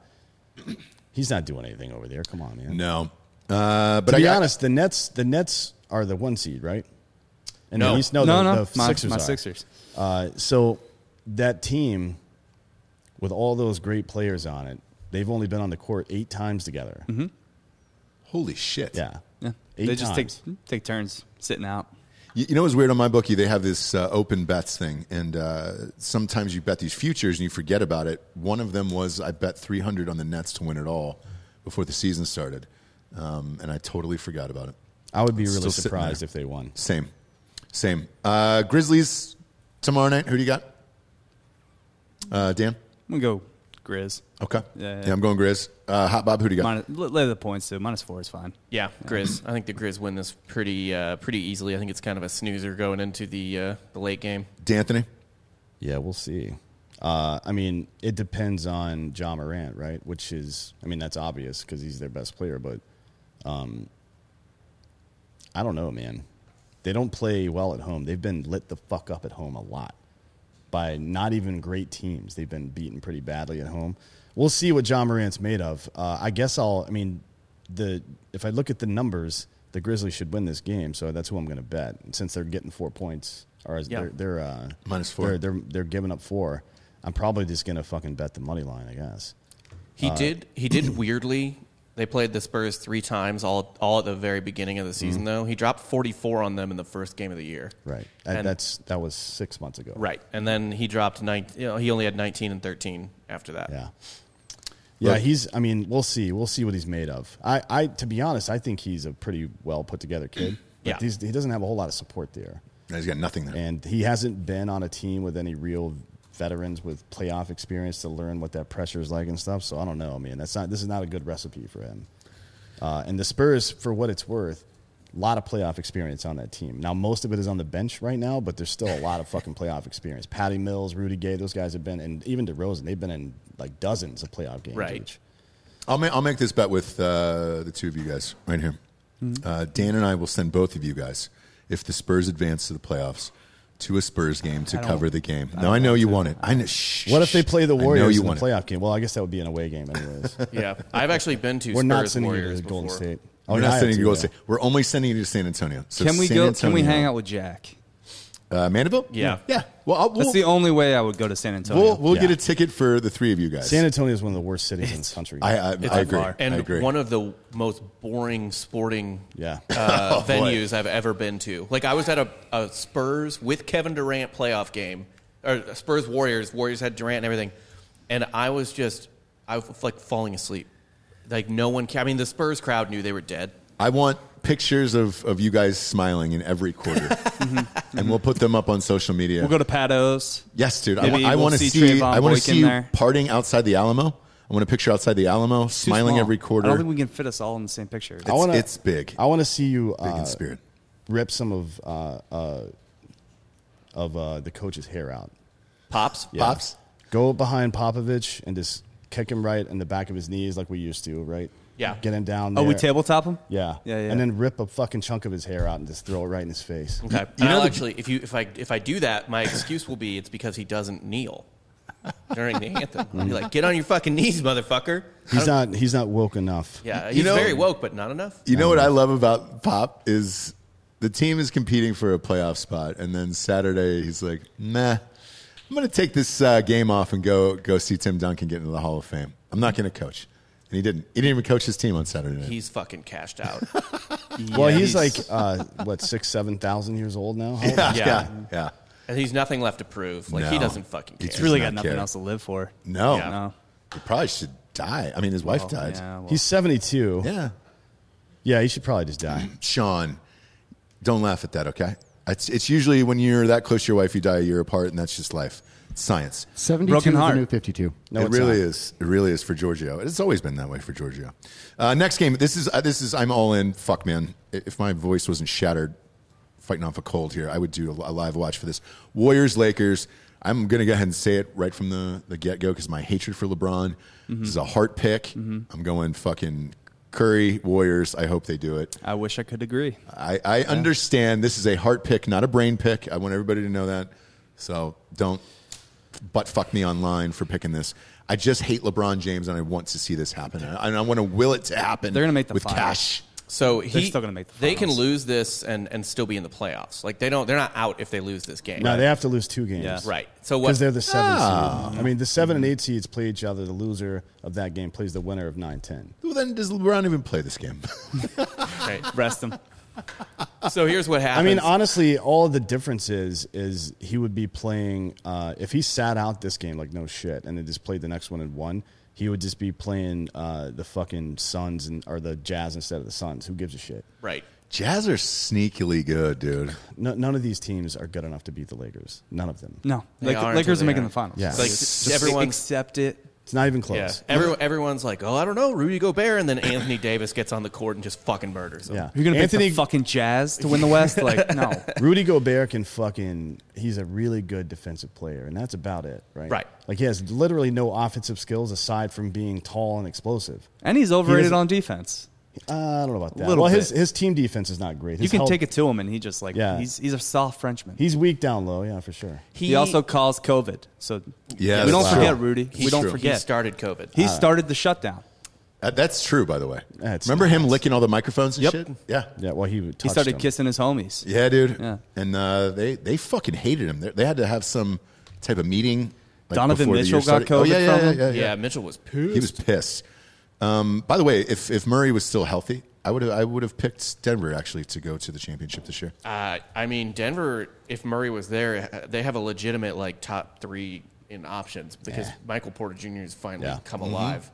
S4: he's not doing anything over there. Come on, man.
S2: No. Uh, but
S4: to
S2: I
S4: be
S2: got-
S4: honest, the Nets the Nets are the one seed, right? And
S5: No.
S4: the East, no,
S3: no,
S4: the,
S3: no,
S4: the
S3: my,
S4: Sixers
S3: my
S4: are.
S3: Sixers.
S4: Uh, so that team, with all those great players on it, they've only been on the court eight times together.
S2: holy shit.
S4: Yeah.
S3: Yeah,
S4: Eight
S3: they just
S4: times.
S3: take take turns sitting out.
S2: You, you know what's weird on my bookie? They have this uh, open bets thing, and uh, sometimes you bet these futures and you forget about it. One of them was I bet 300 on the Nets to win it all before the season started, um, and I totally forgot about it.
S4: I would be really
S2: Still sitting
S4: surprised
S2: there.
S4: if they won.
S2: Same, same. Uh, Grizzlies tomorrow night. Who do you got? Uh, Dan.
S3: I'm gonna go Grizz.
S2: Okay.
S3: Yeah, yeah.
S2: I'm going Grizz. Uh, Hot Bob. Who do you got?
S3: Minus, l- lay the points too. Minus four is fine.
S5: Yeah, Grizz. I think the Grizz win this pretty uh, pretty easily. I think it's kind of a snoozer going into the uh, the late game.
S2: D'Anthony.
S4: Yeah, we'll see. Uh, I mean, it depends on John Morant, right? Which is, I mean, that's obvious because he's their best player. But um, I don't know, man. They don't play well at home. They've been lit the fuck up at home a lot. by not even great teams. They've been beaten pretty badly at home. We'll see what John Morant's made of. Uh, I guess I'll. I mean, the if I look at the numbers, the Grizzlies should win this game, so that's who I'm going to bet. And since they're getting four points, or as
S5: Yeah.
S4: they're, they're uh,
S2: Minus four.
S4: they're, they're they're giving up four. I'm probably just going to fucking bet the money line. I guess.
S5: He
S4: Uh,
S5: did. He did [CLEARS THROAT] weirdly. They played the Spurs three times, all all at the very beginning of the season. Though he dropped forty four on them in the first game of the year.
S4: Mm-hmm. Right. That,
S5: And-
S4: that's that was six months ago.
S5: Right, and then he dropped nine. You know, he only had nineteen and thirteen after that.
S4: Yeah. Yeah,
S2: Look-
S4: he's. I mean, we'll see. We'll see what he's made of. I, I, to be honest, I think he's a pretty well put together kid.
S5: [CLEARS THROAT]
S4: But
S5: Yeah.
S4: he's, he doesn't have a whole lot of support there,
S2: He's got nothing there.
S4: and he hasn't been on a team with any real veterans with playoff experience to learn what that pressure is like and stuff. So I don't know, man. That's not. This is not a good recipe for him. Uh, and the Spurs, for what it's worth, a lot of playoff experience on that team. Now, most of it is on the bench right now, but there's still a lot of fucking playoff experience. Patty Mills, Rudy Gay, those guys have been, and even DeRozan, they've been in like dozens of playoff games.
S5: Right.
S4: each.
S2: I'll make, I'll make this bet with uh, the two of you guys right here.
S4: Mm-hmm.
S2: Uh, Dan and I will send both of you guys, if the Spurs advance to the playoffs, to a Spurs game to
S3: don't-
S2: cover the game. No, I know you want it. I know. Shh,
S4: What if they play the
S2: I know
S4: Warriors
S2: you
S4: in the
S2: want it.
S4: playoff game? Well, I guess that would be an away game,
S5: [LAUGHS]
S4: anyways.
S5: yeah. I've actually been to
S4: [LAUGHS] We're
S5: Spurs
S4: not sending
S5: Warriors
S4: you to Golden
S5: before.
S4: State.
S2: We're
S4: Oh, yeah, I
S2: not
S4: have
S2: sending you to
S4: to,
S2: Golden State. We're only sending you to San Antonio. So
S3: Can we
S2: San
S3: go?
S2: Antonio.
S3: Can we hang out with Jack?
S2: uh, Mandeville?
S5: Yeah.
S2: yeah. Well, I'll, we'll,
S3: That's the only way I would go to San Antonio.
S2: we'll, we'll get
S4: Yeah.
S2: a ticket for the three of you guys.
S4: San Antonio is one of the worst cities in the country.
S2: I, uh, I, I agree.
S3: far.
S5: And
S2: I agree.
S5: one of the most boring sporting
S4: yeah. Oh,
S5: uh,
S2: boy.
S5: venues I've ever been to. Like I was at a, a Spurs with Kevin Durant playoff game, or Spurs Warriors. Warriors had Durant and everything, and I was just I was like falling asleep. Like no one. ca- I mean, the Spurs crowd knew they were dead.
S2: I want pictures of, of you guys smiling in every
S4: [LAUGHS]
S2: quarter,
S4: Mm-hmm.
S2: and we'll put them up on social media.
S3: We'll go to Pato's.
S2: Yes, dude. I,
S3: Maybe
S2: want, I
S3: we'll
S2: want to
S3: see
S2: see.
S3: Trayvon
S2: I want to
S3: Boykin
S2: see you
S3: there.
S2: partying outside the Alamo. I want a picture outside the Alamo,
S3: Too
S2: smiling
S3: small.
S2: every quarter.
S3: I don't think we can fit us all in the same picture.
S2: it's, it's big,
S4: I want to see you
S2: big
S4: uh,
S2: in spirit.
S4: rip some of uh, uh, of uh, the coach's hair out.
S5: Pops.
S4: Yeah.
S2: Pops?
S4: Go behind Popovich and just kick him right in the back of his knees like we used to, right?
S5: Yeah.
S4: Get him down
S3: Oh,
S4: there.
S3: we tabletop him.
S4: Yeah.
S3: yeah, yeah.
S4: And then rip a fucking chunk of his hair out and just throw it right in his face.
S5: Okay.
S2: You-
S5: And
S2: you know
S5: I'll
S2: the-
S5: actually, if you if I if I do that, my excuse will be it's because he doesn't kneel during the anthem. I'll be like, get on your fucking knees, motherfucker.
S4: He's not he's not woke enough.
S5: Yeah, he's
S2: You know-
S5: very woke, but not enough.
S2: You know what I love about Pop is the team is competing for a playoff spot, and then Saturday he's like, "Nah, I'm going to take this uh, game off and go go see Tim Duncan get into the Hall of Fame. I'm not going to coach." And he didn't. He didn't even coach his team on Saturday night.
S5: He's fucking cashed out.
S4: Well, he's like uh, what six, seven thousand years old now. How old
S2: yeah,
S4: is he?
S2: yeah,
S5: Yeah.
S2: [LAUGHS] yeah.
S5: and he's nothing left to prove. Like he
S2: No.
S5: doesn't fucking
S2: He
S5: care.
S2: just
S3: He's really
S2: does
S3: got
S2: not
S3: nothing
S2: care.
S3: else to live for.
S2: No,
S5: Yeah.
S3: No.
S2: he probably should die. I mean, his wife died.
S3: Yeah, well,
S4: He's seventy-two. Yeah.
S2: yeah.
S4: he should probably just die.
S2: Sean, don't laugh at that, okay? It's, it's usually when you're that close to your wife, you die a year apart, and that's just life. It's science.
S6: 72
S3: Broken
S6: is
S3: heart.
S6: the new 52.
S4: No,
S2: it
S4: it's
S2: really
S4: not.
S2: is. It really is for Giorgio. It's always been that way for Giorgio. Uh, next game. This is uh, this is. I'm all in. Fuck, man. If my voice wasn't shattered, fighting off a cold here, I would do a, a live watch for this. Warriors Lakers. I'm gonna go ahead and say it right from the, the get go because my hatred for LeBron.
S4: Mm-hmm.
S2: This is a heart pick. I'm going fucking Curry Warriors. I hope they do it.
S3: I wish I could agree.
S2: I, I understand this is a heart pick, not a brain pick. I want everybody to know that. So don't butt fuck me online for picking this. I just hate LeBron James, and I want to see this happen. And I, and I want to will it to happen.
S3: They're gonna make the
S2: with
S3: finals.
S2: cash.
S5: So he,
S3: still gonna make the
S5: They can
S3: finals.
S5: lose this and, and still be in the playoffs. Like they don't. They're not out if they lose this game.
S4: No, they have to lose two games.
S3: Yeah.
S5: right. So what? Ah.
S4: Because they're the seven seed. I mean, the seven and eight seeds play each other. The loser of that game plays the winner of 9 10.
S2: Well, then does LeBron even play this game? [LAUGHS]
S5: right.
S3: Rest him.
S5: So here's what
S4: I
S5: happens.
S4: mean, honestly, all the difference is, is he would be playing, uh, if he sat out this game like no shit and then just played the next one and won, he would just be playing uh, the fucking Suns and, or the Jazz instead of the Suns. Who gives a shit?
S5: right.
S2: Jazz are sneakily good, dude.
S4: No, none of these teams are good enough to beat the Lakers. None of them.
S3: No,
S5: They
S3: like,
S5: are until
S3: Lakers
S5: they
S3: are making
S5: are.
S3: the finals.
S4: Yeah.
S5: It's like
S3: Just
S5: everyone's-
S3: accept it.
S4: It's not even
S5: Yeah.
S4: close.
S5: Every, everyone's like, oh, I don't know, Rudy Gobert, and then Anthony Davis gets on the court and just fucking murders him.
S4: Yeah.
S3: You're gonna
S4: Anthony-
S3: pick the fucking Jazz to win the West?
S5: [LAUGHS]
S3: Like, no.
S4: Rudy Gobert can fucking. He's a really good defensive player, and that's about it, right?
S5: Right.
S4: Like he has literally no offensive skills aside from being tall and explosive.
S3: And he's
S4: He
S3: overrated
S4: doesn't-
S3: on defense.
S4: Uh, I don't know about that.
S3: Little
S4: Well, his
S3: bit.
S4: his team defense is not great.
S3: You
S4: His
S3: can
S4: help-
S3: take it to him, and he just like
S4: Yeah.
S3: he's he's a soft Frenchman. He,
S4: He's weak down low. Yeah, for sure.
S3: also calls COVID, so
S2: Yeah,
S3: we don't
S2: that's true.
S3: forget Rudy.
S2: He's
S3: we don't
S2: true.
S5: He
S3: forget.
S5: started COVID. Uh,
S3: He started the shutdown.
S2: Uh, that's true, by the way.
S4: That's
S2: Remember him
S4: nuts.
S2: licking all the microphones and
S3: Yep.
S2: shit? Yeah.
S4: Yeah, well, he touched
S3: He started
S4: him.
S3: kissing his homies.
S2: Yeah, dude.
S3: Yeah.
S2: And uh, they they fucking hated him. They, they had to have some type of meeting. like,
S3: Donovan
S2: before the
S3: Mitchell
S2: year started.
S3: got
S2: Oh, yeah,
S3: COVID
S2: yeah,
S3: from
S2: yeah,
S3: him?
S2: yeah, yeah.
S5: yeah, Mitchell was pissed.
S2: He was pissed. Um, by the way, if, if Murray was still healthy, I would have I would have picked Denver actually to go to the championship this year.
S5: Uh, I mean, Denver. If Murray was there, uh, they have a legitimate like top three in options because Michael Porter Jr. has finally
S4: Yeah.
S5: come
S2: Mm-hmm.
S5: alive.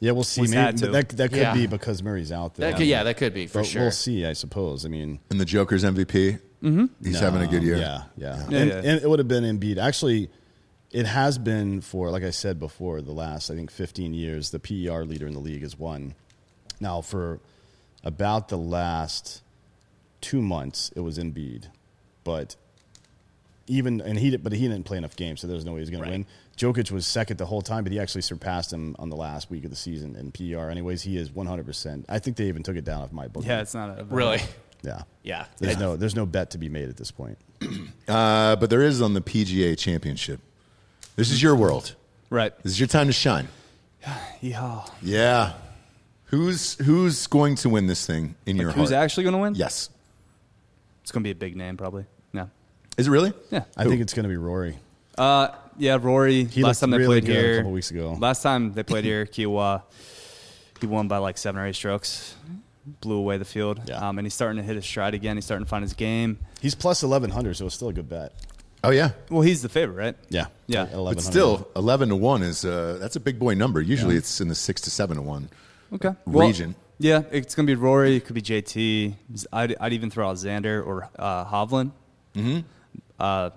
S4: Yeah, we'll see.
S3: Was
S4: Maybe,
S3: had
S4: but
S3: to.
S4: that that could
S5: Yeah.
S4: be because Murray's out there.
S5: That could, yeah, that could be for
S4: But
S5: sure.
S4: We'll see. I suppose. I mean,
S2: And the Joker's MVP. Mm-hmm. He's having a good year.
S4: Yeah, yeah.
S3: Yeah,
S4: and,
S3: yeah.
S4: and it would have been Embiid. Actually, it has been for, like I said before, the last, I think, 15 years, the PER leader in the league is one. Now, for about the last two months, it was Embiid. But even, and he, did- but he didn't play enough games, so there's no way he's going to win. Jokic was second the whole time, but he actually surpassed him on the last week of the season in PER. Anyways, he is 100%. I think they even took it down off my book.
S3: Yeah, it's not
S2: [LAUGHS]
S3: a
S5: Really?
S4: Yeah.
S5: Yeah.
S4: There's no, there's no bet to be made at this point.
S2: Uh, but there is on the PGA championship. This is your world.
S3: right.
S2: This is your time to shine.
S3: Yeah.
S2: Yeah. Who's who's going to win this thing in your
S3: Who's
S2: heart?
S3: actually going to win?
S2: yes.
S3: It's going to be a big name, probably. No.
S2: Is it really?
S3: Yeah.
S4: I think it's going to be Rory.
S3: Uh, yeah, Rory. last
S4: looked
S3: time they
S4: really
S3: played
S4: good a
S3: here,
S4: couple weeks ago.
S3: Last time they
S4: [LAUGHS]
S3: played here, Kiowa, he won by like seven or eight strokes, blew away the field.
S4: Yeah.
S3: Um, and he's starting to hit his stride again. He's starting to find his game.
S4: He's plus 1,100, so it's still a good bet.
S2: Oh yeah.
S3: Well, he's the favorite, right?
S4: Yeah.
S3: Yeah.
S4: At
S2: But
S4: 1,100.
S2: still, eleven to one is uh, that's a big boy number. Usually, it's in the six to seven to one.
S3: Okay.
S2: Region.
S3: Yeah, it's going to be Rory. It could be JT. I'd, I'd even throw out Xander or uh, Hovland. Mm-hmm. Uh,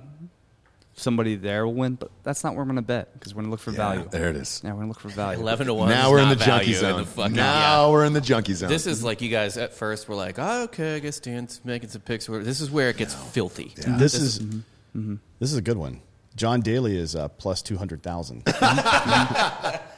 S3: somebody there will win, but that's not where I'm going to bet because we're going to look for value.
S2: There it is.
S3: Yeah, we're going to look for value.
S5: Eleven to one.
S2: Now
S5: is
S2: we're in the
S5: not
S2: junkie
S5: value in
S2: zone.
S5: the fucking-
S2: now
S5: yeah.
S2: we're in the junkie zone.
S5: This is like you guys at first were like, oh, okay, I guess Dan's making some picks. This is where it gets filthy.
S4: This, is mm-hmm. this is a good one. John Daly is uh, plus 200,000.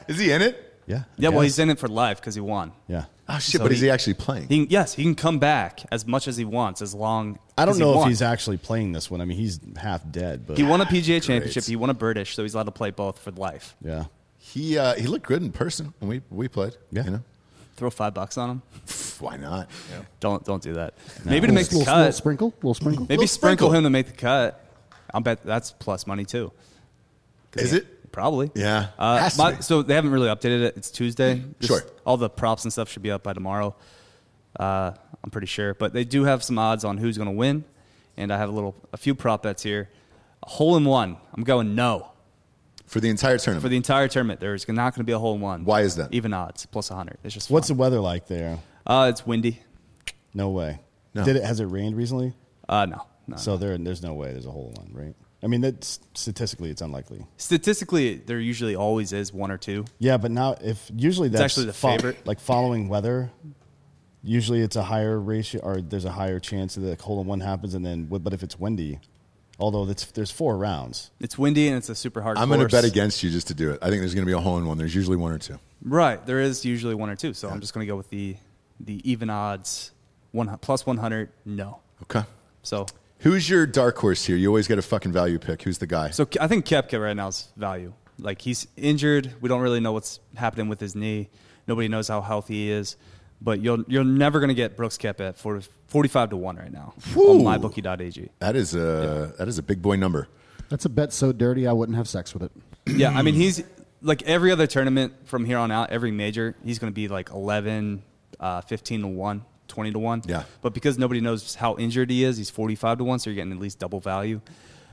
S2: is he in it?
S4: yeah.
S3: [LAUGHS] Yeah, well,
S4: Yes.
S3: he's in it for life because he won.
S4: Yeah.
S2: Oh shit!
S3: So
S2: but is he
S3: he-
S2: actually playing?
S3: He can, yes, he can come back as much as he wants, as long.
S4: I
S3: as
S4: don't
S3: he
S4: know if
S3: wants.
S4: he's actually playing this one. I mean, he's half dead, but
S3: He won a PGA championship. He won a British, so he's allowed to play both for life.
S4: yeah.
S2: He uh, he looked good in person when we we played.
S4: Yeah.
S2: You know,
S3: Throw five bucks on him.
S2: Pff, why not?
S3: Don't don't do that. Maybe to make the
S6: little, little
S3: cut.
S6: sprinkle, little sprinkle.
S3: Maybe
S2: Little
S3: sprinkle
S2: sprinkle.
S3: him to make the cut. I'll bet that's plus money too.
S2: Is it?
S3: Probably.
S2: Yeah.
S3: Uh,
S2: Has to
S3: my,
S2: be.
S3: so they haven't really updated it. It's Tuesday. Just
S2: Sure.
S3: All the props and stuff should be up by tomorrow. Uh, I'm pretty sure, but they do have some odds on who's going to win, and I have a little, a few prop bets here. A hole in one. I'm going no
S2: for the entire tournament?
S3: for the entire tournament. There's not going to be a hole in one.
S2: Why is that?
S3: Even odds plus 100. It's just
S4: What's the
S3: fun.
S4: weather like there?
S3: uh, it's windy.
S4: No way.
S2: No.
S4: Did it has it rained recently?
S3: Uh, no, no.
S4: So there there's no way there's a whole one, right? I mean, that's statistically it's unlikely.
S3: Statistically, there usually always is one or two.
S4: Yeah, but now if usually that's
S3: actually the favorite.
S4: Like following weather, usually it's a higher ratio, or there's a higher chance that the hole in one happens, and then but if it's windy, although it's, there's four rounds.
S3: It's windy and it's a super hard.
S2: I'm going to
S3: course.
S2: bet against you just to do it. I think there's going to be a hole in one. There's usually one or two.
S3: Right, there is usually one or two. So I'm just going to go with the the even odds one plus 100. No,
S2: Okay.
S3: so
S2: Who's your dark horse here? You always get a fucking value pick. Who's the guy?
S3: so K- I think Kepka right now is value. Like he's injured. We don't really know what's happening with his knee. Nobody knows how healthy he is. But you'll, you're never going to get Brooks Kep at 40, 45 to 1 right now
S2: Whew.
S3: on mybookie.ag.
S2: that is a that is a big boy number.
S6: That's a bet so dirty I wouldn't have sex with it.
S3: Yeah, I mean he's like every other tournament from here on out, every major, he's going to be like 11, uh, 15 to 1, 20 to 1.
S2: Yeah.
S3: But because nobody knows how injured he is, he's 45 to 1, so you're getting at least double value.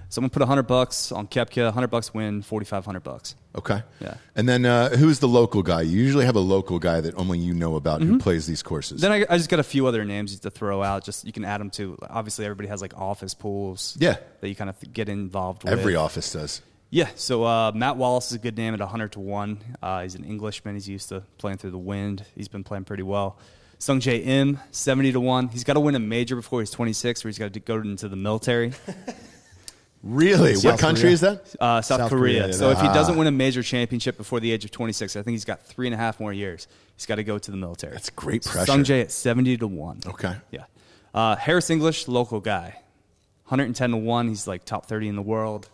S3: So I'm going to put 100 bucks on Kepka, 100 bucks win, 4500 bucks.
S2: Okay.
S3: Yeah.
S2: And then uh, who's the local guy? You usually have a local guy that only you know about who plays these courses.
S3: Mm-hmm. Then I, I just got a few other names to throw out. Just you can add them to. Obviously, everybody has like office pools.
S2: Yeah.
S3: that you kind of get involved with.
S2: Every office does.
S3: Yeah, so uh, Matt Wallace is a good name at 100 to 1. Uh, he's an Englishman. He's used to playing through the wind. He's been playing pretty well. Sung J M, 70 to 1. He's got to win a major before he's 26, or he's got to go into the military.
S2: Really? what
S4: South
S2: country
S4: Korea.
S2: is that?
S3: Uh, South,
S4: South
S3: Korea.
S4: Korea,
S3: So if he doesn't win a major championship before the age of 26, I think he's got three and a half more years. He's got to go to the military.
S2: That's great pressure.
S3: Sung Jae at 70 to 1.
S2: Okay.
S3: Yeah. Uh, Harris English, local guy. 110 to 1. He's like top 30 in the world.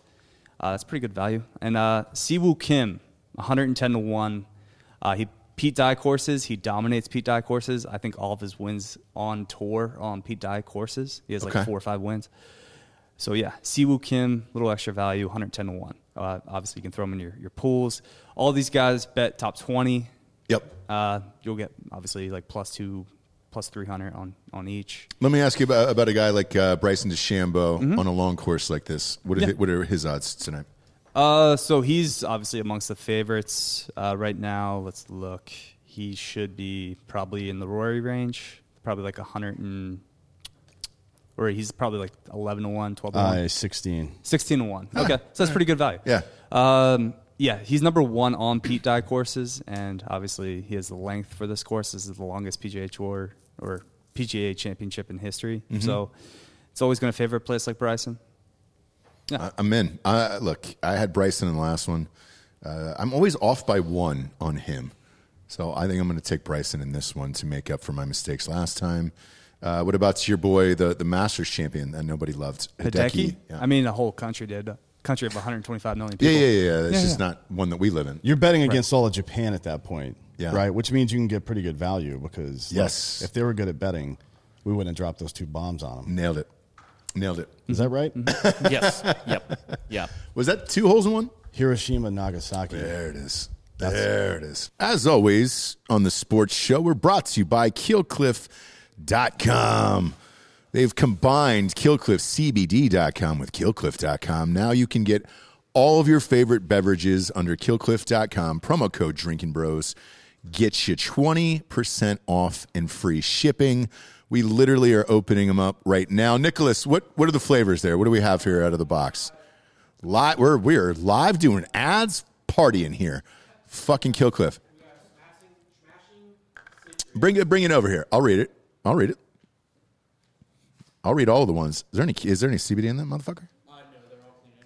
S3: Uh, that's pretty good value. And uh, Siwoo Kim, 110 to 1. Uh, he Pete Dye courses. He dominates Pete Dye courses. I think all of his wins on tour on Pete Dye courses. He has like
S2: Okay.
S3: four or five wins. So yeah, Siwoo Kim, little extra value, 110 to 1. Uh, obviously, you can throw them in your, your pools. All these guys bet top 20.
S2: Yep.
S3: Uh, you'll get obviously like plus two, plus 300 on, on each.
S2: Let me ask you about, about a guy like uh, Bryson DeChambeau
S3: Mm-hmm.
S2: on a long course like this. What are, hi- what are his odds tonight?
S3: Uh, so he's obviously amongst the favorites uh, right now. Let's look. He should be probably in the Rory range, probably like 100 and, or he's probably like 11 to 1, 12 to 1.
S4: Uh, 16.
S3: 16 to 1. Okay. So that's pretty good value.
S2: Yeah.
S3: Um, yeah, he's number one on Pete Dye courses, and obviously he has the length for this course. This is the longest PGA Tour or PGA Championship in history. So it's always going to favor a place like Bryson.
S2: I- I'm in. I, look, I had Bryson in the last one. Uh, I'm always off by one on him. So I think I'm going to take Bryson in this one to make up for my mistakes last time. Uh, what about your boy, the, the Masters champion that nobody loved,
S3: Hideki?
S2: Yeah.
S3: I mean, the whole country did. Country of 125 million
S2: yeah,
S3: people.
S2: yeah, yeah. It's just not one that we live in.
S4: You're betting against all of Japan at that point,
S2: Yeah.
S4: right? Which means you can get pretty good value because look,
S2: Yes.
S4: if they were good at betting, we wouldn't have dropped those two bombs on them.
S2: Nailed it. Nailed it.
S4: Is that right?
S2: Mm-hmm. [LAUGHS]
S1: yes. Yep. Yeah.
S2: Was that two holes in one?
S4: Hiroshima, Nagasaki.
S2: There it is. there it is. As always, on the sports show, we're brought to you by KillCliff.com. They've combined KillcliffCBD.com with KillCliff.com. Now you can get all of your favorite beverages under KillCliff.com. Promo code Drinking Bros gets you 20% off and free shipping. We literally are opening them up right now. Nicholas, what, what are the flavors there? What do we have here out of the box? live we're we're live doing ads partying here fucking killcliff bring it bring it over here i'll read it i'll read it i'll read all the ones is there any is there any cbd in that motherfucker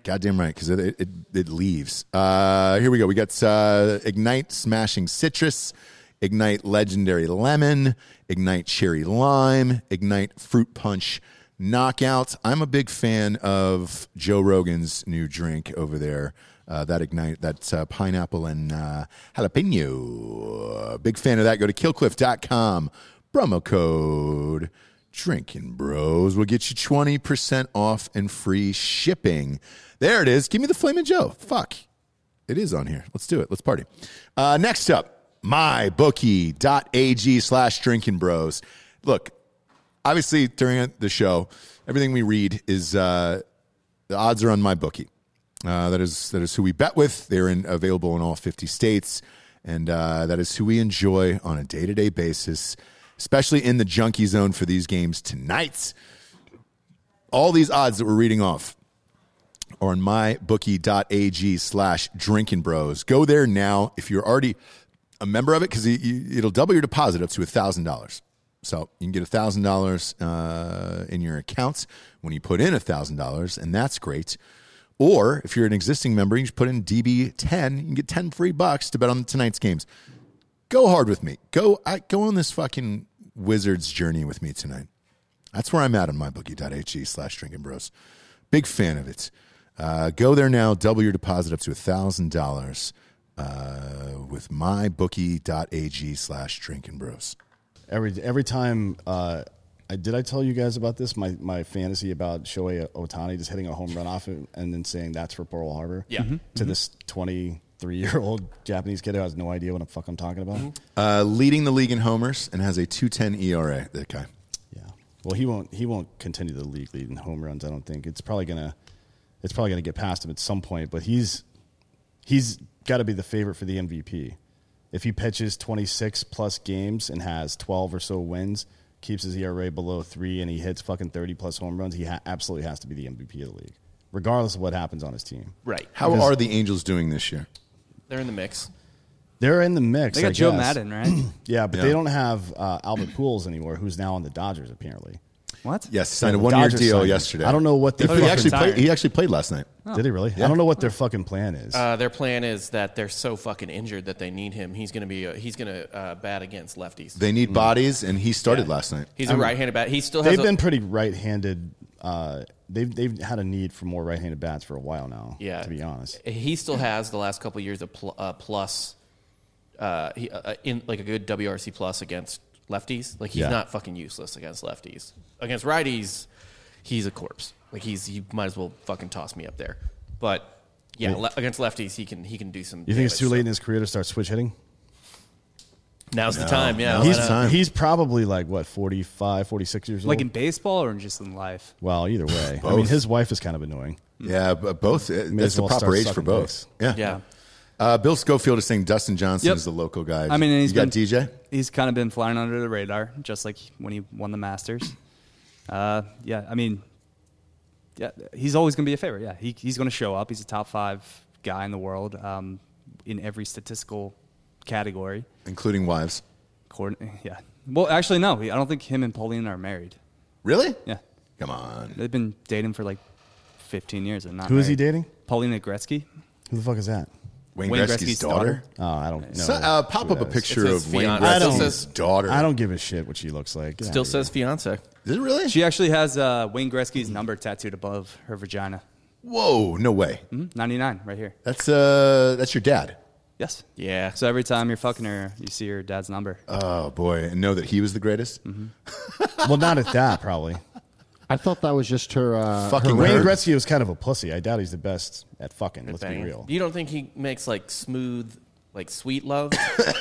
S2: Goddamn right, because it, it, it leaves. Uh, here we go. We got uh, Ignite Smashing Citrus, Ignite Legendary Lemon, Ignite Cherry Lime, Ignite Fruit Punch Knockout. I'm a big fan of Joe Rogan's new drink over there. Uh, that Ignite, that's uh, pineapple and uh, jalapeno. Big fan of that. Go to killcliff.com, promo code Drinking Bros will get you 20% off and free shipping. There it is. Give me the Flamin' Joe. Fuck. It is on here. Let's do it. Let's party. Uh, next up, mybookie.ag slash drinking bros. Look, obviously during the show, everything we read is uh, the odds are on my bookie. Uh, that is that is who we bet with. They're in, available in all 50 states, and uh, that is who we enjoy on a day to day basis, especially in the junkie zone for these games tonight. All these odds that we're reading off are on mybookie.ag slash drinking bros. Go there now if you're already a member of it because it'll double your deposit up to $1,000. So you can get $1,000 uh, in your account when you put in $1,000, and that's great. Or if you're an existing member, you just put in DB10, you can get 10 free bucks to bet on tonight's games. Go hard with me. Go, I, go on this fucking wizard's journey with me tonight. That's where I'm at on mybookie.ag slash drinking bros. Big fan of it. Uh, go there now, double your deposit up to $1,000 uh, with mybookie.ag slash drinking bros.
S4: Every every time, uh, I, did I tell you guys about this? My my fantasy about Shohei Otani just hitting a home run off and, and then saying that's for Pearl Harbor.
S1: Yeah. Mhm.
S4: To this twenty three year old Japanese kid who has no idea what the fuck I'm talking about.
S2: Uh, leading the league in homers and has a 210 ERA, that guy.
S4: Yeah. Well, he won't. He won't continue the league lead in home runs. I don't think it's probably gonna. It's probably gonna get past him at some point. But he's he's got to be the favorite for the MVP. If he pitches 26 plus games and has 12 or so wins, keeps his ERA below three, and he hits fucking 30 plus home runs, he ha- absolutely has to be the MVP of the league, regardless of what happens on his team.
S1: Right.
S2: How are the Angels doing this year?
S1: They're in the mix.
S4: They're in the mix.
S3: They got
S4: I
S3: Joe
S4: guess.
S2: [CLEARS THROAT]
S3: Madden, right?
S4: Yeah, but
S2: Yeah.
S4: they don't have uh, Albert Pujols anymore, who's now on the Dodgers apparently.
S3: What?
S2: Yes, signed a
S4: The
S2: one year
S4: Dodgers
S2: deal
S4: signed him.
S2: yesterday.
S4: I don't know what
S2: He,
S4: their
S2: he
S4: fucking
S2: actually
S3: tired.
S2: played. He actually played last night.
S3: Oh.
S4: Did he really? I don't know what their fucking plan is.
S5: Uh, their plan is that they're so fucking injured that they need him. He's gonna be uh, he's gonna uh, bat against lefties.
S2: They
S4: Mm.
S2: need bodies, and he started last night.
S5: He's a right-handed bat. He still has.
S4: they've
S5: a-
S4: been pretty right-handed. Uh, they've they've had a need for more right-handed bats for a while now.
S5: Yeah.
S4: to be honest,
S5: He still has the last couple of years of pl- uh, plus, uh, he, uh, in like a good WRC plus against lefties. Like he's
S4: Yeah.
S5: not fucking useless against lefties. Against righties, he's a corpse. Like he's he might as well fucking toss me up there. But yeah, le- against lefties he can he can do some.
S4: you think it's too
S5: damage.
S4: late in his career to start switch hitting? uh,
S5: Now's the time. Yeah,
S2: now's
S5: why
S2: the
S4: He's
S5: not?
S2: time.
S4: he's probably like what 45, 46 years old.
S3: Like in baseball or in just in life?
S4: well, either way, I mean, his wife is kind of annoying.
S2: Yeah, but both. It,
S4: May as
S2: it's the
S4: well
S2: proper
S4: start
S2: age for
S4: sucking
S2: both. Yeah.
S5: yeah.
S2: Uh, Bill Schofield is saying Dustin Johnson
S3: Yep.
S2: is the local guy.
S3: I mean, and he's
S2: you got
S3: been-
S2: DJ.
S3: He's kind of been flying under the radar, just like when he won the Masters. Uh, yeah, I mean, yeah, he's always going to be a favorite. Yeah, he, he's going to show up. He's a top five guy in the world um, in every statistical category.
S2: including wives.
S3: According, yeah. Well, actually, no. I don't think him and Pauline are married.
S2: Really?
S3: Yeah,
S2: Come on.
S3: they've been dating for like 15 years and not.
S4: Who is he
S3: married.
S4: dating?
S3: Paulina Gretzky.
S4: Who the fuck is that?
S2: Wayne,
S3: Wayne
S2: Gretzky's,
S3: Gretzky's
S2: daughter.
S3: daughter?
S4: Oh, I don't know.
S2: So- uh, pop
S4: who
S2: up a
S4: that is.
S2: picture
S5: It says
S2: of Wayne
S5: fiance.
S2: Gretzky's
S4: I don't-
S2: daughter.
S4: I don't give a shit what she looks like. Get
S5: Still
S4: outta here.
S5: says fiance.
S2: Is it really?
S3: She actually has uh, Wayne Gretzky's number tattooed above her vagina.
S2: Whoa! No way.
S3: Hmm? 99, right here.
S2: That's uh, that's your dad.
S3: Yes.
S5: Yeah.
S3: So every time you're fucking her, you see her dad's number.
S2: Oh boy, and know that he was the greatest.
S4: well, not at that probably.
S6: I thought that was just her. Uh,
S2: Fucking
S6: her
S4: Wayne
S2: Nerd.
S4: Gretzky was kind of a pussy. I doubt he's the best at fucking. Let's
S5: Bang.
S4: be real.
S5: You don't think he makes like smooth, like sweet love?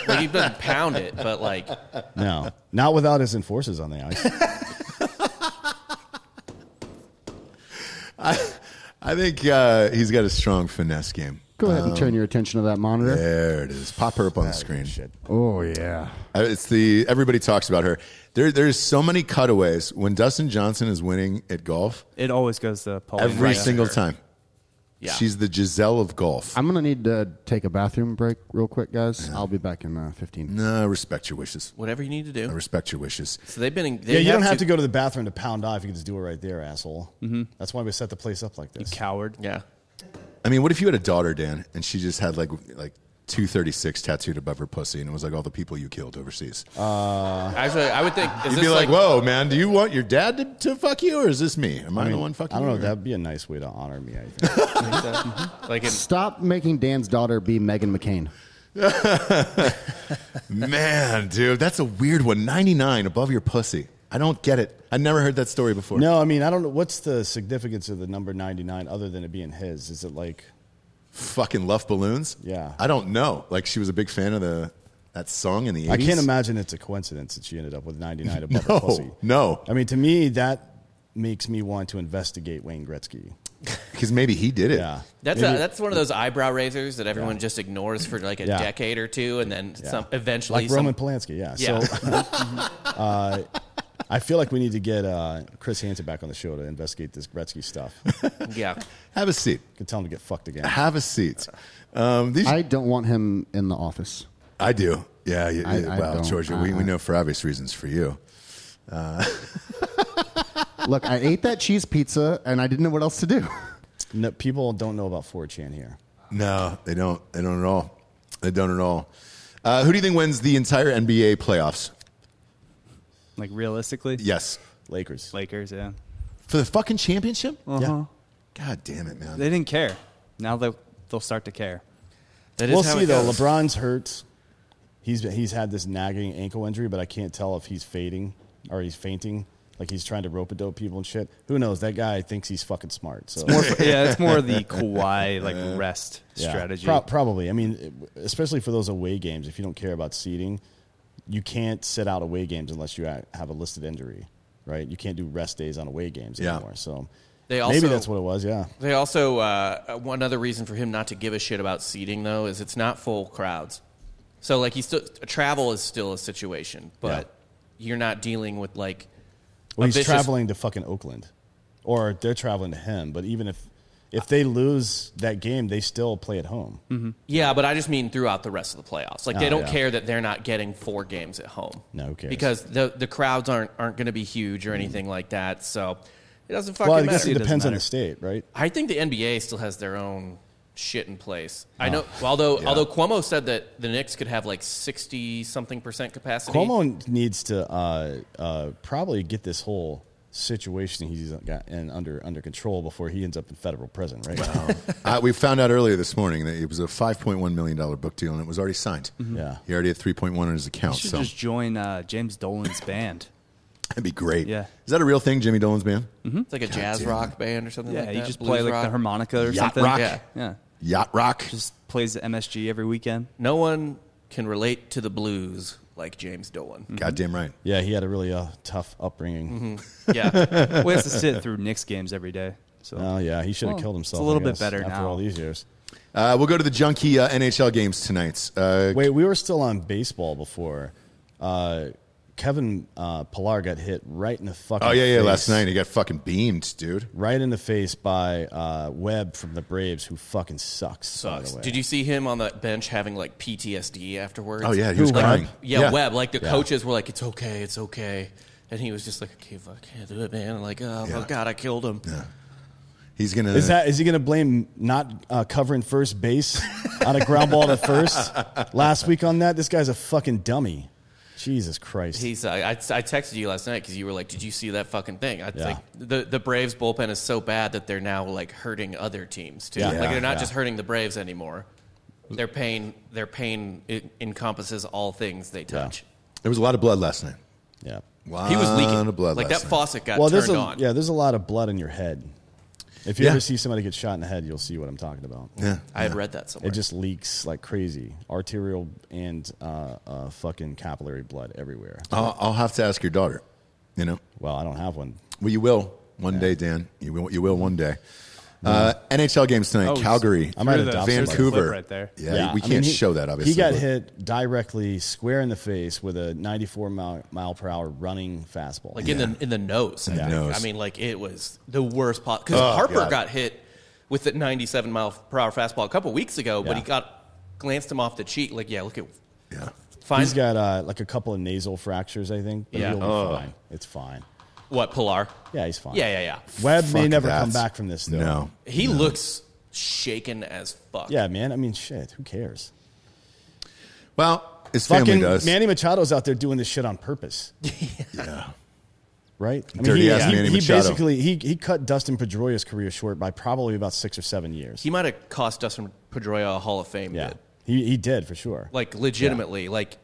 S5: like he doesn't pound it, but like
S4: No, not without his enforcers on the ice.
S2: I think uh, he's got a strong finesse game.
S6: Go ahead and turn your attention to that monitor.
S2: There it is. Pop her up on the screen.
S4: Shit.
S6: Oh yeah.
S2: Uh, It's the everybody talks about her. There, there's so many cutaways when Dustin Johnson is winning at golf
S3: It always goes to Paul.
S2: every
S3: Oh, Right.
S2: single time.
S5: Yeah.
S2: She's the Giselle of golf.
S6: I'm gonna need to take a bathroom break real quick, guys. I'll be back in uh, 15.
S2: no, I respect your wishes.
S5: whatever you need to
S2: I
S5: do.
S2: respect your wishes.
S5: So they've been. In, they
S4: Yeah, you don't have to go to the bathroom to pound off. You can just do it right there, asshole. Mm-hmm. That's why we set the place up like this.
S3: Coward.
S5: Yeah.
S2: I mean, what if you had a daughter, Dan, and she just had like like 236 tattooed above her pussy, and it was like all the people you killed overseas?
S6: Uh.
S5: Actually, I would think. Is
S2: You'd
S5: this
S2: be like,
S5: like,
S2: "Whoa, man, do you want your dad to, to fuck you, or is this me? Am I, the one fucking?"
S4: I don't know.
S2: you?
S4: That'd be a nice way to honor me. I think.
S5: like in,
S6: Stop making Dan's daughter be Megan McCain.
S2: man, dude, that's a weird one. 99 above your pussy. I don't get it. I never heard that story before.
S4: no, I mean, I don't know. What's the significance of the number ninety nine other than it being his? Is it like
S2: fucking Luff Balloons?
S4: Yeah.
S2: I don't know. Like she was a big fan of the that song in the 80s.
S4: I can't imagine it's a coincidence that she ended up with ninety nine above her pussy.
S2: No. No.
S4: I mean, to me, that makes me want to investigate Wayne Gretzky.
S2: Cuz maybe he did it.
S4: Yeah,
S5: that's
S4: Maybe-
S5: a, that's one of those eyebrow raisers that everyone just ignores for like a
S4: Yeah.
S5: decade or two, and then
S4: Yeah.
S5: some eventually.
S4: like
S5: some,
S4: Roman Polanski. Yeah.
S5: Yeah.
S4: So uh, I feel like we need to get uh, Chris Hansen back on the show to investigate this Gretzky stuff.
S5: yeah.
S2: Have a seat.
S4: Could tell him to get fucked again.
S2: Have a seat. Um, these, I,
S6: [LAUGHS] I don't want him in the office.
S2: do. Yeah, yeah,
S6: I-
S2: yeah.
S6: I
S2: wow,
S6: don't.
S2: Georgia, we,
S6: I-
S2: we know for obvious reasons for you.
S6: Look, I ate that cheese pizza and I didn't know what else to do. [LAUGHS]
S4: No, people don't know about 4chan here.
S2: No, they don't. They don't at all. They don't at all. Uh, who do you think wins the entire NBA playoffs?
S3: Like realistically,
S2: Yes.
S4: Lakers.
S3: Lakers. Yeah. Uh-huh.
S2: For the fucking championship?
S4: Yeah.
S2: God damn it, man.
S3: They didn't care. Now they they'll start to care.
S5: That is
S4: We'll
S5: how
S4: see
S5: it
S4: though.
S5: goes.
S4: LeBron's hurt. He's he's had this nagging ankle injury, but I can't tell if he's fading or he's fainting. Like he's trying to rope a dope people and shit. Who knows? That guy thinks he's fucking smart. So
S3: More for- yeah, it's more the
S2: [LAUGHS]
S3: Kawhi like rest
S4: Yeah.
S3: strategy.
S4: Pro- probably. I mean, especially for those away games, if you don't care about seeding, you can't sit out away games unless you ha- have a listed injury, right? You can't do rest days on away games
S2: Yeah.
S4: anymore. So
S5: They
S4: maybe
S5: also-
S4: that's what it was. Yeah.
S5: They also uh, one other reason for him not to give a shit about seating though is it's not full crowds. So like he still travel is still a situation, but you're not dealing with like.
S4: Well,
S5: a
S4: he's
S5: vicious-
S4: traveling to fucking Oakland, or they're traveling to him. But even if If they lose that game, they still play at home.
S3: Mm-hmm.
S5: Yeah, but I just mean throughout the rest of the playoffs. Like they
S4: Oh,
S5: don't
S4: yeah.
S5: care that they're not getting four games at home.
S4: No, who cares? Mm.
S5: Because the the crowds aren't aren't going to be huge or anything like that. So it doesn't fucking
S4: Well, I guess
S5: matter.
S4: it
S3: doesn't
S4: depends on the
S3: matter.
S4: state, right?
S5: I think the NBA still has their own shit in place.
S4: Ah.
S5: I know. Although although Cuomo said that the Knicks could have like sixty something percent capacity.
S4: Cuomo needs to uh, uh, probably get this whole situation he's got in under under control before he ends up in federal prison, right?
S2: Uh, we found out earlier this morning that it was a $5.1 million book deal and it was already signed.
S4: Yeah.
S2: He already had 3.1 on his account,
S3: Mm-hmm. should
S2: so
S3: just join uh, James Dolan's band.
S2: [LAUGHS] that'd be great.
S3: Yeah. Mm-hmm.
S2: Is that a real thing, Jimmy Dolan's band?
S5: It's like a jazz rock band or something
S3: Yeah,
S5: like that.
S3: you just
S5: blues
S3: play like the
S5: rock.
S3: harmonica or
S2: Yacht
S3: something.
S2: rock.
S5: Yeah.
S3: yeah,
S2: Yacht Rock?
S3: just mm-hmm. plays the MSG every weekend.
S5: No one can relate to the blues like James Dolan.
S3: [LAUGHS]
S2: Goddamn right.
S4: [LAUGHS] Yeah, he had a really uh, tough upbringing.
S3: Mm-hmm.
S5: Yeah.
S3: we have to sit through Knicks games every day. So
S4: Oh yeah, he should have
S3: Well,
S4: killed
S3: it's
S4: himself.
S3: a
S4: I
S3: little bit
S4: guess,
S3: better
S4: after
S3: now.
S4: all these years.
S2: Uh, we'll go to the junkie uh, NHL games tonight. Uh,
S4: Wait, we were still on baseball before. Uh, Kevin uh, Pillar got hit right in the fucking.
S2: oh, yeah, yeah.
S4: face.
S2: Last night he got fucking beamed, dude.
S4: Right in the face by uh, Webb from the Braves, who fucking sucks. by the
S5: Sucks.
S4: way.
S5: Did you see him on the bench having like PTSD afterwards?
S2: Oh, yeah. He
S4: Who,
S2: was
S4: Webb?
S2: crying.
S5: Yeah, Webb. Like the coaches were like, "It's okay, it's okay," and he was just like, "Okay, fuck, I can't do it, man." And like, oh
S2: Yeah.
S5: my god, I killed him.
S2: He's going to.
S4: Is that is he going to blame not uh, covering first base on a ground ball to
S5: [LAUGHS]
S4: first last week on that? This guy's a fucking dummy. Jesus Christ!
S5: He's. Uh, I, I texted you last night because you were like, "Did you see that fucking thing?" I
S4: Yeah.
S5: like the the Braves bullpen is so bad that they're now like hurting other teams too.
S4: Yeah.
S5: like they're not
S4: Yeah.
S5: just hurting the Braves anymore. Their pain, their pain it encompasses all things they touch.
S2: There was a lot of blood last night.
S4: yeah.
S2: Lot
S5: He was leaking
S2: of blood
S5: like
S2: last
S5: that
S2: night.
S5: faucet got
S4: Well,
S5: turned
S4: there's a
S5: on.
S4: yeah. There's a lot of blood in your head. If you
S2: Yeah.
S4: ever see somebody get shot in the head, you'll see what I'm talking about.
S2: Yeah.
S5: I had read that somewhere.
S4: It just leaks like crazy, arterial and uh, uh, fucking capillary blood everywhere.
S2: I'll, I'll have to ask your daughter. You know,
S4: Well, I don't have one.
S2: well, you will one day, Dan. You will. You will one day. Uh, NHL games tonight.
S3: Oh,
S2: Calgary.
S4: I might
S3: Through
S4: have
S3: the-
S4: adopted
S3: there's a
S4: Vancouver.
S3: clip right there.
S2: Yeah, we
S4: I
S2: can't
S4: mean, he-
S2: show that. Obviously,
S4: he got
S2: but-
S4: hit directly, square in the face, with a 94 mile, mile per hour running fastball.
S5: like in the in the nose. I, think.
S2: Nose.
S5: I mean, like it was the worst pot because
S2: Oh,
S5: Harper
S2: God.
S5: got hit with that 97 mile per hour fastball a couple weeks ago, but
S4: Yeah.
S5: he got glanced him off the cheek. Like, yeah, look at
S2: Yeah.
S5: fine.
S4: He's got uh, like a couple of nasal fractures, I think. But
S5: Yeah.
S4: he'll be
S2: Oh.
S5: Ugh.
S4: fine. It's fine.
S5: what Pilar?
S4: Yeah, he's fine.
S5: Yeah, yeah, yeah.
S4: Webb may
S2: Fuck
S4: never
S2: that.
S4: come back from this, though.
S2: No.
S5: He looks shaken as fuck.
S4: Yeah, man. I mean, shit. Who cares?
S2: Well, his family
S4: Fucking
S2: does.
S4: Manny Machado's out there doing this shit
S5: [LAUGHS]
S4: on purpose. yeah. [LAUGHS] Right? I mean,
S2: Dirty
S4: he,
S2: ass
S4: he-
S2: Manny
S4: he
S2: Machado.
S4: basically he, he cut Dustin Pedroia's career short by probably about six or seven years.
S5: he might have cost Dustin Pedroia a Hall of Fame.
S4: yeah.
S5: bid.
S4: He, he did for sure.
S5: like legitimately, like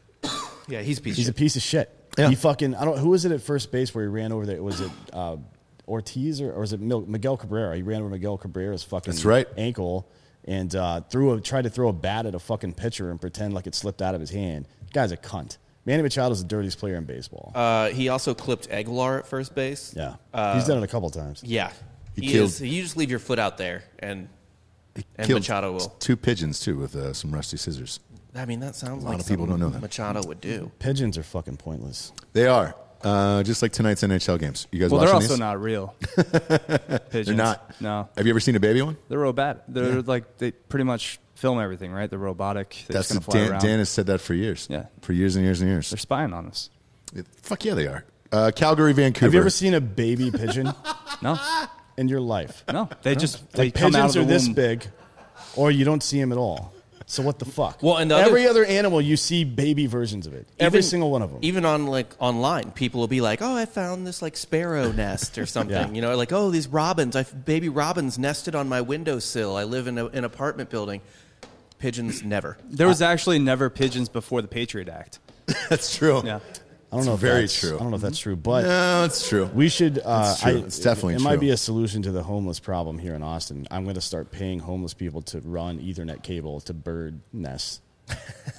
S5: [COUGHS] yeah, he's a piece.
S4: He's a
S5: of shit.
S4: piece of shit.
S2: Yeah.
S4: He fucking I don't who was it at first base where he ran over there? Was it uh, Ortiz or, or was it Mil- Miguel Cabrera? He ran over Miguel Cabrera's fucking
S2: That's right.
S4: ankle and uh, threw a tried to throw a bat at a fucking pitcher and pretend like it slipped out of his hand. Guy's a cunt. Manny Machado's the dirtiest player in baseball.
S5: uh, he also clipped Aguilar at first base.
S4: yeah. He's done it a couple times.
S5: Yeah.
S2: He
S5: He,
S2: killed-
S5: is. You just leave your foot out there, and and
S2: Killed
S5: Machado will.
S2: Two pigeons too with uh, some rusty scissors.
S5: I mean, that sounds a
S2: lot of people don't know that.
S5: Machado would do.
S4: Pigeons are fucking pointless.
S2: They are uh, just like tonight's NHL games. You guys
S3: Well, they're
S2: watching
S3: also
S2: these?
S3: not real. Pigeons.
S2: They're not.
S3: No,
S2: Have you ever seen a baby one?
S3: they're robotic. They're like they pretty much film everything, right? They're robotic. They're
S2: That's
S3: just gonna fly
S2: Dan,
S3: around.
S2: Dan has said that for years.
S3: Yeah.
S2: for years and years and years.
S3: they're spying on us.
S2: It- Fuck yeah, they are. Uh, Calgary, Vancouver.
S4: Have you ever seen a baby pigeon
S3: No,
S4: in your life?
S3: no, they just they
S4: Like
S3: come out of
S4: pigeons
S3: the
S4: are this
S3: womb.
S4: big, or you don't see them at all. So what the fuck?
S5: Well, and the other-
S4: every other animal you see baby versions of it. every
S5: Even-
S4: single one of them.
S5: Even on like online, people will be like, "Oh, I found this like sparrow [LAUGHS] nest or something."
S4: Yeah.
S5: You know, like, "Oh, these robins, I baby robins nested on my windowsill. I live in a, an apartment building." Pigeons never.
S3: There was actually never pigeons before the Patriot Act.
S2: [LAUGHS] That's true.
S3: Yeah,
S4: I don't know. If
S2: very
S4: that's,
S2: true.
S4: I don't know if that's true, but
S2: No, it's true.
S4: we should. Uh,
S2: It's true.
S4: I-
S2: It's definitely
S4: It, might
S2: true.
S4: be a solution to the homeless problem here in Austin. I'm going to start paying homeless people to run Ethernet cable to bird nests.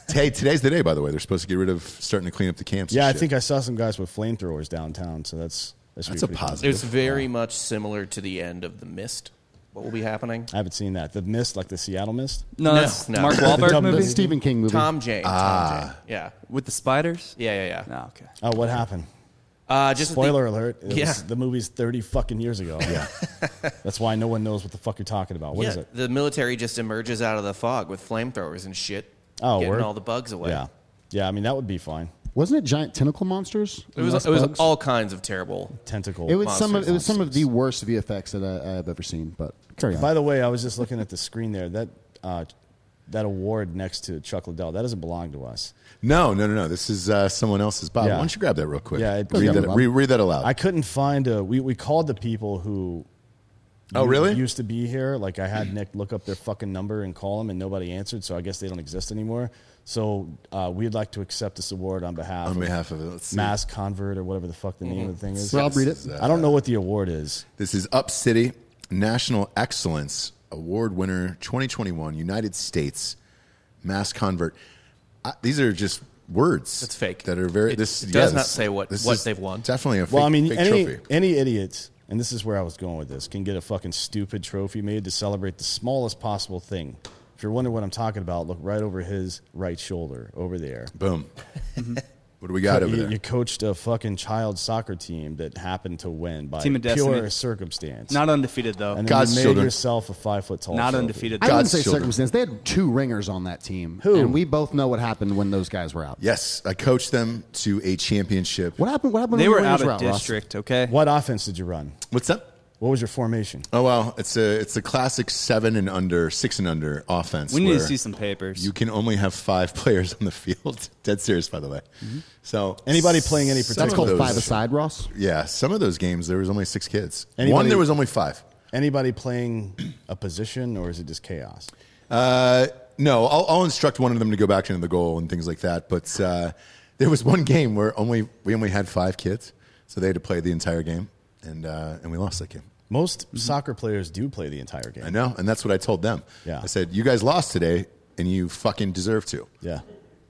S2: hey, today's the day. By the way, they're supposed to get rid of starting to clean up the camps. and
S4: Yeah, I
S2: shit.
S4: think I saw some guys with flamethrowers downtown. So that's that should be
S2: That's a
S4: pretty cool.
S2: positive.
S5: It's very much similar to the end of the mist. What will be happening?
S4: I haven't seen that. The mist, like the Seattle mist.
S3: no,
S5: No,
S3: that's
S5: no.
S3: Mark
S5: The
S3: Wahlberg
S4: dumb-
S6: The
S3: movie
S6: Stephen King movie.
S4: Ah.
S5: Tom Jane. Tom Jane. Yeah.
S3: with the spiders.
S5: Yeah. Yeah. Yeah.
S3: No, okay.
S4: Oh, what Uh, happened?
S5: Uh, just
S4: Spoiler alert. It
S5: Yeah.
S4: was, the movie's 30 fucking years ago. Yeah. [LAUGHS] That's why no one knows what the fuck you're talking about. What
S5: yeah,
S4: is it?
S5: the military just emerges out of the fog with flamethrowers and shit,
S4: Oh,
S5: getting
S4: word?
S5: all the bugs away.
S4: Yeah. Yeah, I mean, that would be fine.
S6: Wasn't it giant tentacle monsters?
S5: It was
S6: Less
S5: it was
S6: bugs?
S5: all kinds of terrible.
S4: Tentacle.
S6: It was some of
S5: monsters
S6: it was some of
S5: monsters.
S6: the worst VFX that I, I have ever seen. But carry on.
S4: By the way, I was just looking at the screen there. That uh, that award next to Chuck Liddell, that doesn't belong to us.
S2: No, no, no, no. This is uh, someone else's. Bob,
S4: Yeah.
S2: why don't you grab that real quick?
S4: Yeah, it-
S2: read,
S4: Yeah,
S2: that,
S6: Bob.
S2: re- read that aloud.
S4: I couldn't find a. We, we called the people who.
S2: oh, really?
S4: Used to be here. Like I had Nick look up their fucking number and call them, and nobody answered. So I guess they don't exist anymore. So uh, we'd like to accept this award on behalf
S2: On
S4: of
S2: behalf of Mm-hmm. it, let's see.
S4: Mass Convert or whatever the fuck the name of the thing is.
S6: Rob, read it.
S2: This is, uh,
S4: I don't know what the award is.
S2: This is Up City National Excellence Award winner 2021 United States mass convert. I, these are just words.
S5: That's fake.
S2: That are very.
S5: It-
S2: this
S5: it does
S2: yeah,
S5: not
S2: this-
S5: say what-
S2: this
S5: what
S2: is
S5: they've won.
S2: Definitely a fake,
S4: Well, I mean,
S2: fake
S4: any,
S2: trophy.
S4: any idiot, and this is where I was going with this, can get a fucking stupid trophy made to celebrate the smallest possible thing. If you're wondering what I'm talking about, look right over his right shoulder over there. [LAUGHS]
S2: Boom. what do we got over
S4: you,
S2: there?
S4: you coached a fucking child soccer team that happened to win by
S3: Team of
S4: pure
S3: destiny.
S4: circumstance.
S3: Not undefeated though.
S4: and then
S2: God's
S4: you made
S2: children.
S4: yourself a five foot tall.
S3: Not
S4: trophy.
S3: undefeated.
S6: I
S2: God's
S6: wouldn't say
S2: children.
S6: circumstance. They had two ringers on that team,
S4: Who?
S6: and we both know what happened when those guys were out.
S2: yes, I coached them to a championship.
S6: What happened? What happened?
S3: They
S6: when
S3: were
S6: the
S3: out
S6: ringers
S3: of
S6: Ross?
S3: district. Okay.
S4: What offense did you run?
S2: What's up?
S4: What was your formation?
S2: Oh well, it's a it's a classic seven and under, six and under offense.
S3: We need to
S2: where
S3: see some papers.
S2: You can only have five [LAUGHS] players on the field. [LAUGHS] Dead serious, by the way.
S5: Mm-hmm.
S2: So
S4: Anybody playing any
S2: some
S4: particular-
S6: That's
S2: of those-
S6: called five aside, Ross.
S2: Yeah, some of those games there was only six kids. One
S4: Anybody-
S2: there was only five.
S4: Anybody playing a position, or is it just chaos?
S2: Uh, no, I'll, I'll instruct one of them to go back into the goal and things like that. But uh, there was one game where only we only had five kids, so they had to play the entire game, and uh, and we lost that game.
S4: Most
S3: Mm-hmm.
S4: soccer players do play the entire game.
S2: I know, and that's what I told them.
S4: Yeah.
S2: I said, "You guys lost today, and you fucking deserve to."
S4: Yeah.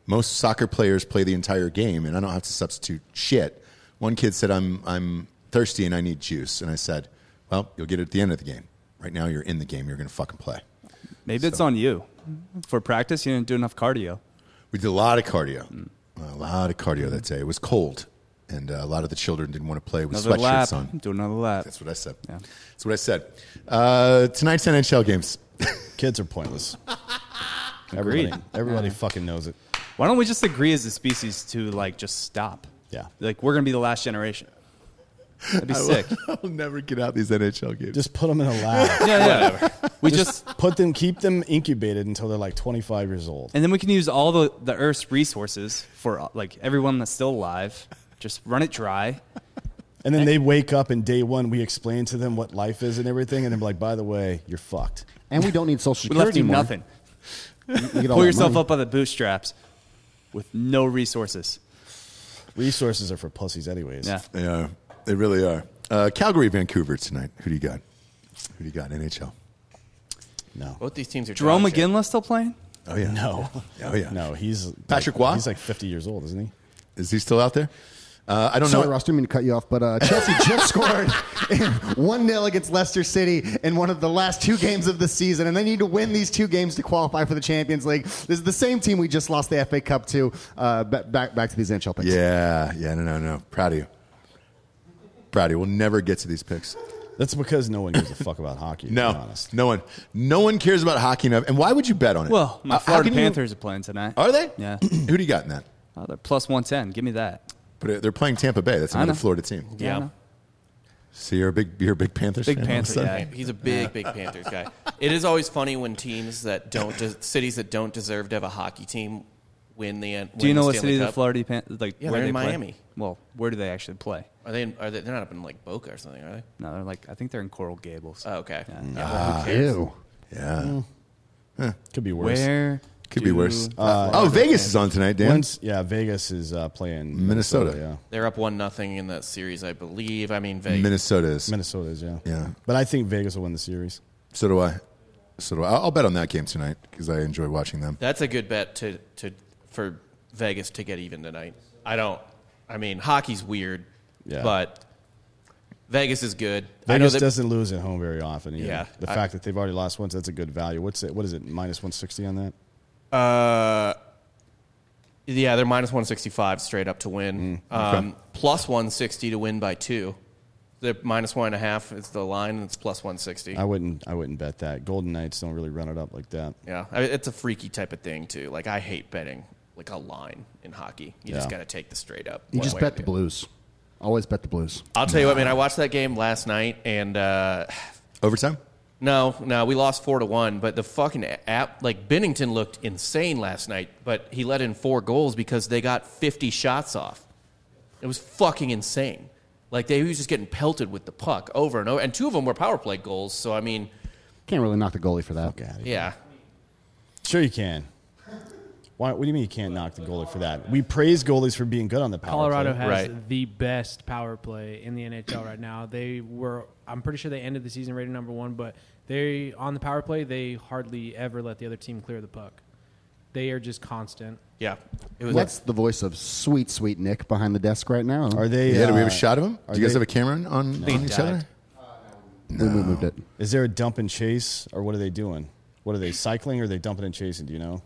S2: Most soccer players play the entire game, and I don't have to substitute shit. One kid said, "I'm I'm thirsty and I need juice," and I said, "Well, you'll get it at the end of the game. Right now, you're in the game. You're going to fucking play."
S3: Maybe it's on you. For practice, you didn't do enough cardio.
S2: We did a lot of cardio, a lot of cardio that day. It was cold, and uh, a lot of the children didn't want to play with
S3: Another lap.
S2: sweatshirts on.
S3: Do another lap.
S2: That's what I said.
S3: Yeah.
S2: That's what I said. Uh, tonight's NHL games.
S4: Kids are pointless.
S3: [LAUGHS] Agreed.
S4: Everybody, everybody fucking knows it.
S3: Why don't we just agree as a species to like just stop?
S4: Yeah.
S3: Like we're gonna be the last generation. That'd be sick.
S2: [LAUGHS] I'll never get out these NHL games.
S4: Just put them in a
S3: [LAUGHS]
S4: lab.
S3: yeah, yeah. We just
S4: put them, keep them incubated until they're like 25 years old.
S3: and then we can use all the the Earth's resources for uh, like everyone that's still alive. Just run it dry.
S4: And then they wake up and day one, we explain to them what life is and everything. And they're like, by the way, you're fucked.
S6: And we don't need social
S3: [LAUGHS] We
S6: security
S3: left you
S6: anymore.
S3: nothing.
S6: We get all
S3: Pull
S6: that
S3: yourself
S6: money.
S3: up by the bootstraps with no resources.
S4: Resources are for pussies, anyways.
S3: Yeah.
S2: they are. They really are. Uh, Calgary, Vancouver tonight. Who do you got? Who do you got? NHL.
S4: No.
S5: Both these teams are
S3: Jerome
S5: dog shit.
S3: McGinley still playing?
S2: Oh yeah.
S4: No.
S2: Oh yeah.
S4: No, he's
S2: Patrick Waugh?
S4: Watt. He's like 50 years old, isn't he?
S2: Is he still out there? Uh, I don't
S6: Sorry,
S2: know.
S6: Ross, didn't mean to cut you off, but uh, [LAUGHS] Chelsea just scored 1 0 against Leicester City in one of the last two games of the season, and they need to win these two games to qualify for the Champions League. This is the same team we just lost the FA Cup to. Uh, ba- back, back to these NHL picks.
S2: Yeah. Yeah. No. No. No. Proud of you. Proud of you. We'll never get to these picks.
S4: That's because no one gives a fuck about hockey. To be
S2: No,
S4: honest.
S2: no one, no one cares about hockey enough. And why would you bet on it?
S3: Well,
S2: Uh,
S3: my
S2: how
S3: Florida
S2: can you-
S3: Panthers are playing tonight.
S2: are they? [CLEARS THROAT]
S3: Yeah.
S2: Who do you got in that?
S3: Oh, they're plus 110. Give me that.
S2: But uh, they're playing Tampa Bay. That's another
S3: know.
S2: Florida team.
S5: Yeah.
S2: So you're a big, you're a big Panthers.
S3: Big
S2: fan all of a
S3: Panther
S2: sudden?
S3: guy.
S5: He's a big, big Panthers guy. It is always funny when teams that don't, de- cities that don't deserve to have a hockey team win the. Win
S3: Do you know
S5: the
S3: what
S5: Stanley
S3: city the
S5: Cup.
S3: Florida Pan- like?
S5: Yeah,
S3: where
S5: they're
S3: they
S5: in
S3: play?
S5: Miami.
S3: Well, where do they actually play?
S5: Are they? In, are they? They're not up in like Boca or something, are they?
S3: No, they're like I think they're in Coral Gables.
S5: Oh, okay. Yeah.
S6: Ew.
S2: Yeah,
S4: Could be worse.
S3: where
S2: could be
S3: do-
S2: worse.
S4: Uh,
S2: oh, Vegas is on tonight, Dan.
S4: Once- yeah, Vegas is uh, playing
S2: Minnesota.
S4: Yeah.
S5: They're up one nothing in that series, I believe. I mean, Vegas.
S2: Minnesota is.
S4: Minnesota is, yeah.
S2: Yeah.
S4: But I think Vegas will win the series.
S2: So do I. So do I. I'll bet on that game tonight because I enjoy watching them.
S5: That's a good bet to, to for Vegas to get even tonight. I don't. I mean, hockey's weird,
S4: Yeah.
S5: but Vegas is good. I know
S4: Vegas
S5: that
S4: doesn't lose at home very often. Either.
S5: Yeah,
S4: the
S5: I-
S4: fact that they've already lost once, that's a good value. What's it? What is it? Minus one sixty on that.
S5: Yeah, they're minus 165 straight up to win.
S6: Mm,
S5: um, plus 160 to win by two. They're minus one and a half is the line, and it's plus 160.
S4: I wouldn't. I wouldn't bet that. Golden Knights don't really run it up like that.
S5: yeah, I mean, it's a freaky type of thing, too. Like, I hate betting like a line in hockey. You just got
S4: Yeah.
S5: to take the straight up.
S6: You
S5: one
S6: just
S5: way or
S6: bet the
S5: other.
S6: Blues. Always bet the Blues.
S5: I'll tell you what, man, I watched that game last night, and uh,
S2: Overtime?
S5: No, no, we lost four to one. But the fucking app, like Bennington looked insane last night, but he let in four goals because they got fifty shots off. It was fucking insane. Like they he was just getting pelted with the puck over and over, and two of them were power play goals. So I mean,
S6: Can't really knock the goalie for that.
S4: God,
S5: yeah,
S4: Sure, you can. Why, what do you mean you can't knock the goalie for that? We praise goalies for being good on the power
S7: Colorado
S4: play.
S7: has
S5: Right.
S7: the best power play in the NHL right now. They were, I'm pretty sure they ended the season rated number one, but they on the power play they hardly ever let the other team clear the puck. They are just constant.
S5: yeah. It was
S6: That's the voice of sweet, sweet Nick behind the desk right now.
S4: Are they?
S2: Yeah, do we have a
S4: uh,
S2: shot of him?
S4: are
S2: Do you guys
S4: they-
S2: have a camera on, on, on each
S5: died.
S2: other?
S6: We moved it.
S4: Is there a dump and chase, or what are they doing? What are they cycling, or are they dumping and chasing? Do you know?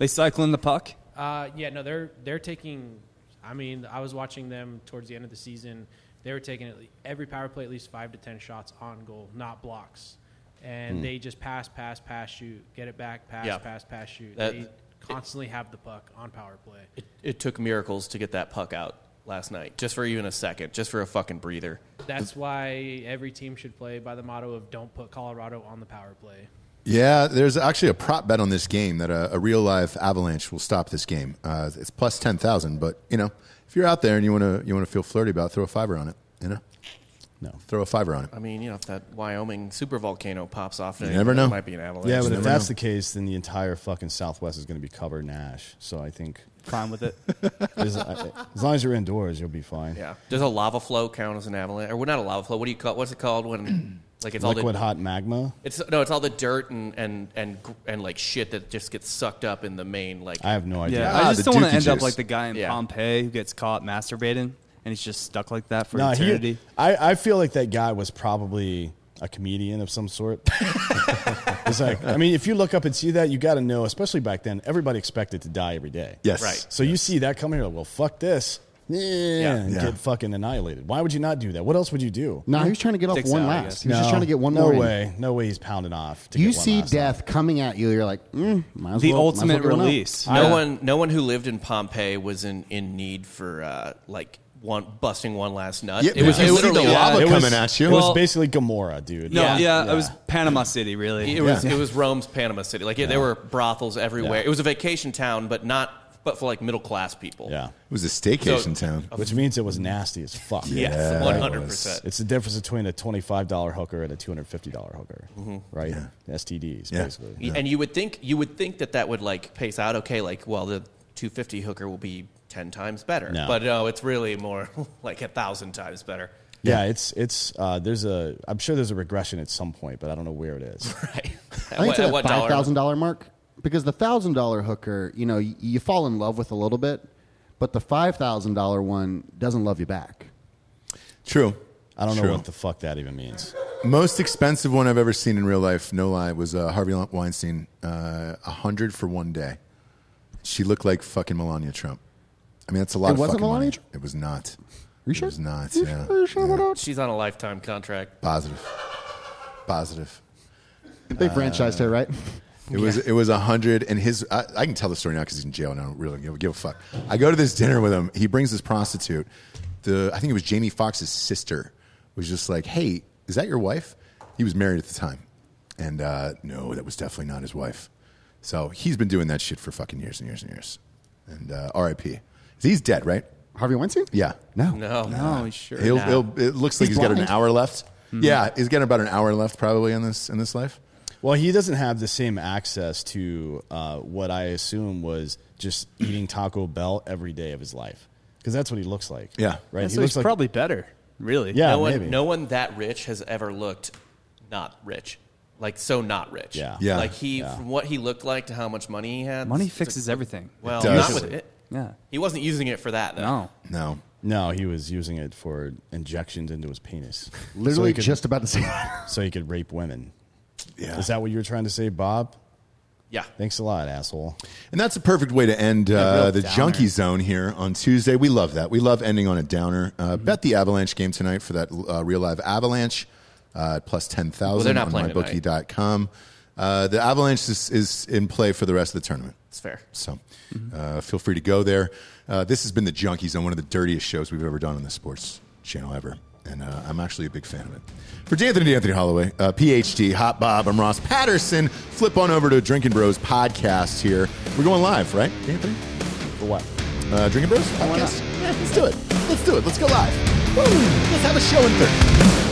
S3: They cycling the puck.
S7: Uh, yeah, no, they're they're taking. I mean, I was watching them towards the end of the season. They were taking at le every power play at least five to ten shots on goal, not blocks, and they just pass, pass, pass, shoot, get it back, pass,
S5: Hmm. Yeah.
S7: pass, pass, shoot.
S5: That-
S7: they constantly have the puck on power play.
S5: it, it took miracles to get that puck out last night, just for even a second, just for a fucking breather.
S7: That's why every team should play by the motto of "Don't put Colorado on the power play."
S2: Yeah, there's actually a prop bet on this game that a, a real life avalanche will stop this game. Uh, it's plus ten thousand, but you know, if you're out there and you want to you want to feel flirty about, it, throw a fiver on it. You know,
S4: No.
S2: throw a fiver on it.
S5: I mean, you know, if that Wyoming super volcano pops off, you
S2: never know.
S5: Might be an avalanche.
S4: Yeah, but
S2: never
S4: if that's
S2: know.
S4: the case, then the entire fucking Southwest is going to be covered in ash. So I think
S3: Fine with it.
S4: as, I- as long as you're indoors, you'll be fine.
S5: Yeah. Does a lava flow count as an avalanche? Or well, not a lava flow. What do you call? What's it called when? [CLEARS THROAT] Like it's all
S4: Liquid
S5: the
S4: hot magma.
S5: it's no, it's all the dirt and and and gr- and like shit that just gets sucked up in the main. Like
S4: I have no idea.
S3: Yeah,
S2: Ah,
S3: I
S2: the
S3: just don't want
S2: dookie
S3: to end up
S2: juice.
S3: like the guy in
S5: Yeah.
S3: Pompeii who gets caught masturbating and he's just stuck like that for
S4: No,
S3: eternity.
S4: he, I, I feel like that guy was probably a comedian of some sort. [LAUGHS] it's like, I mean, if you look up and see that, you got to know, especially back then, everybody expected to die every day.
S2: Yes,
S5: Right.
S4: So you see that coming here, like, well, fuck this. Yeah, and
S2: Yeah.
S4: get fucking annihilated. Why would you not do that? What else would you do?
S6: No, he was trying to get off
S3: Dicks
S6: one
S3: out, I
S6: last.
S3: guess.
S6: He was just trying to get one
S4: no
S6: more. in.
S4: way. No way he's pounding off. To
S6: You
S4: get one
S6: see
S4: last one.
S6: death coming at you. You're like, mm, might as
S3: the
S6: well, might as well
S3: ultimate
S6: get one out.
S3: release.
S5: no one, no one who lived in Pompeii was in in need for uh, like one busting one last nut.
S2: Yeah,
S5: it was
S2: you see the
S5: literally
S2: lava
S5: It
S4: It
S5: was,
S2: coming
S4: was-
S2: at you.
S4: It
S2: Well-
S4: was basically Gomorrah, dude.
S3: No,
S5: Yeah.
S3: yeah, it was Panama City, really.
S5: it was it was Rome's Panama City. Like yeah, there were brothels everywhere.
S4: Yeah.
S5: It was a vacation town, but not but for like middle class people.
S4: Yeah.
S2: It was a staycation
S5: So-
S2: town.
S4: Which means it was nasty as fuck.
S5: Yes, one hundred percent.
S4: It's the difference between a twenty-five dollar hooker and a two hundred fifty dollar hooker, right? STDs,
S2: Mm-hmm. Yeah.
S4: basically.
S5: And you would think you would think that that would like pace out okay, like well the 250 hooker will be 10 times better,
S4: No.
S5: but no, it's really more [LAUGHS] like a thousand times better.
S4: Yeah, it's it's uh, there's a I'm sure there's a regression at some point, but I don't know where
S2: [LAUGHS]
S4: it is.
S5: Right?
S6: I think it's
S5: At
S6: at
S5: what
S6: that
S5: dollar?
S6: five thousand dollar mark because the thousand dollar hooker, you know, you, you fall in love with a little bit, but the five thousand dollar one doesn't love you back.
S2: True.
S4: I don't know
S2: True.
S4: what the fuck that even means.
S2: Most expensive one I've ever seen in real life, no lie, was uh, Harvey Weinstein. uh, A hundred for one day. She looked like fucking Melania Trump. I mean, that's a lot.
S6: It
S2: of
S6: wasn't
S2: fucking
S6: Melania
S2: money.
S6: Trump?
S2: It was not.
S6: Are you
S2: It
S6: sure?
S2: was not.
S6: You
S2: yeah.
S6: sure- you sure
S2: Yeah.
S6: about
S5: She's on a lifetime contract.
S2: Positive. Positive.
S6: that? They franchised her, right?
S2: It was it was a hundred, and his I, I can tell the story now because he's in jail and I don't really give, give a fuck. I go to this dinner with him. He brings this prostitute. The I think it was Jamie Foxx's sister was just like, "Hey, is that your wife?" He was married at the time, and uh, no, that was definitely not his wife. So he's been doing that shit for fucking years and years and years. And uh, R.I.P. He's dead, right?
S6: Harvey Weinstein?
S2: Yeah.
S6: No.
S5: No,
S3: No, sure.
S2: He'll,
S3: not.
S2: he'll, it looks like
S6: He's
S2: he's got an
S6: blind. Mm-hmm.
S2: hour left. Yeah, he's got about an hour left probably in this in this life.
S4: Well, he doesn't have the same access to uh, what I assume was just eating Taco Bell every day of his life, because that's what he looks like.
S2: Yeah.
S4: right.
S3: so he's probably better, really.
S4: yeah,
S5: no one,
S4: maybe.
S5: no one that rich has ever looked not rich, like so not rich.
S4: Yeah.
S2: Yeah.
S5: Like he, from what he looked like to how much money he had.
S3: Money
S5: it's
S3: fixes everything.
S5: Well,
S2: does.
S5: not with it.
S3: Yeah.
S5: He wasn't using it for that though.
S3: No.
S2: No.
S4: No, he was using it for injections into his penis, so
S6: Literally
S4: he could,
S6: just about to say that.
S4: so he could rape women.
S2: Yeah.
S4: Is that what you were trying to say, Bob?
S5: Yeah.
S4: Thanks a lot, asshole.
S2: And that's the perfect way to end uh,
S6: real
S2: the
S6: downer.
S2: junkie zone here on Tuesday. We love that. We love ending on a downer. Uh,
S5: Mm-hmm.
S2: Bet the Avalanche game tonight for that uh, real live Avalanche uh, plus 10,000
S5: not
S2: on
S5: playing tonight.
S2: mybookie.com. Uh, the Avalanche is, is in play for the rest of the tournament.
S5: It's fair. Mm-hmm.
S2: So uh, feel free to go there. Uh, this has been the Junkies on one of the dirtiest shows we've ever done on the sports channel ever. And uh, I'm actually a big fan of it. For D'Anthony D'Anthony Holloway, uh, PhD, Hot Bob, I'm Ross Patterson. Flip on over to Drinking Bros podcast here. We're going live, right, D'Anthony?
S4: For what?
S2: Uh, Drinking Bros podcast? Yeah, let's do it. Let's do it. Let's go live. Woo! Let's have a show in 30.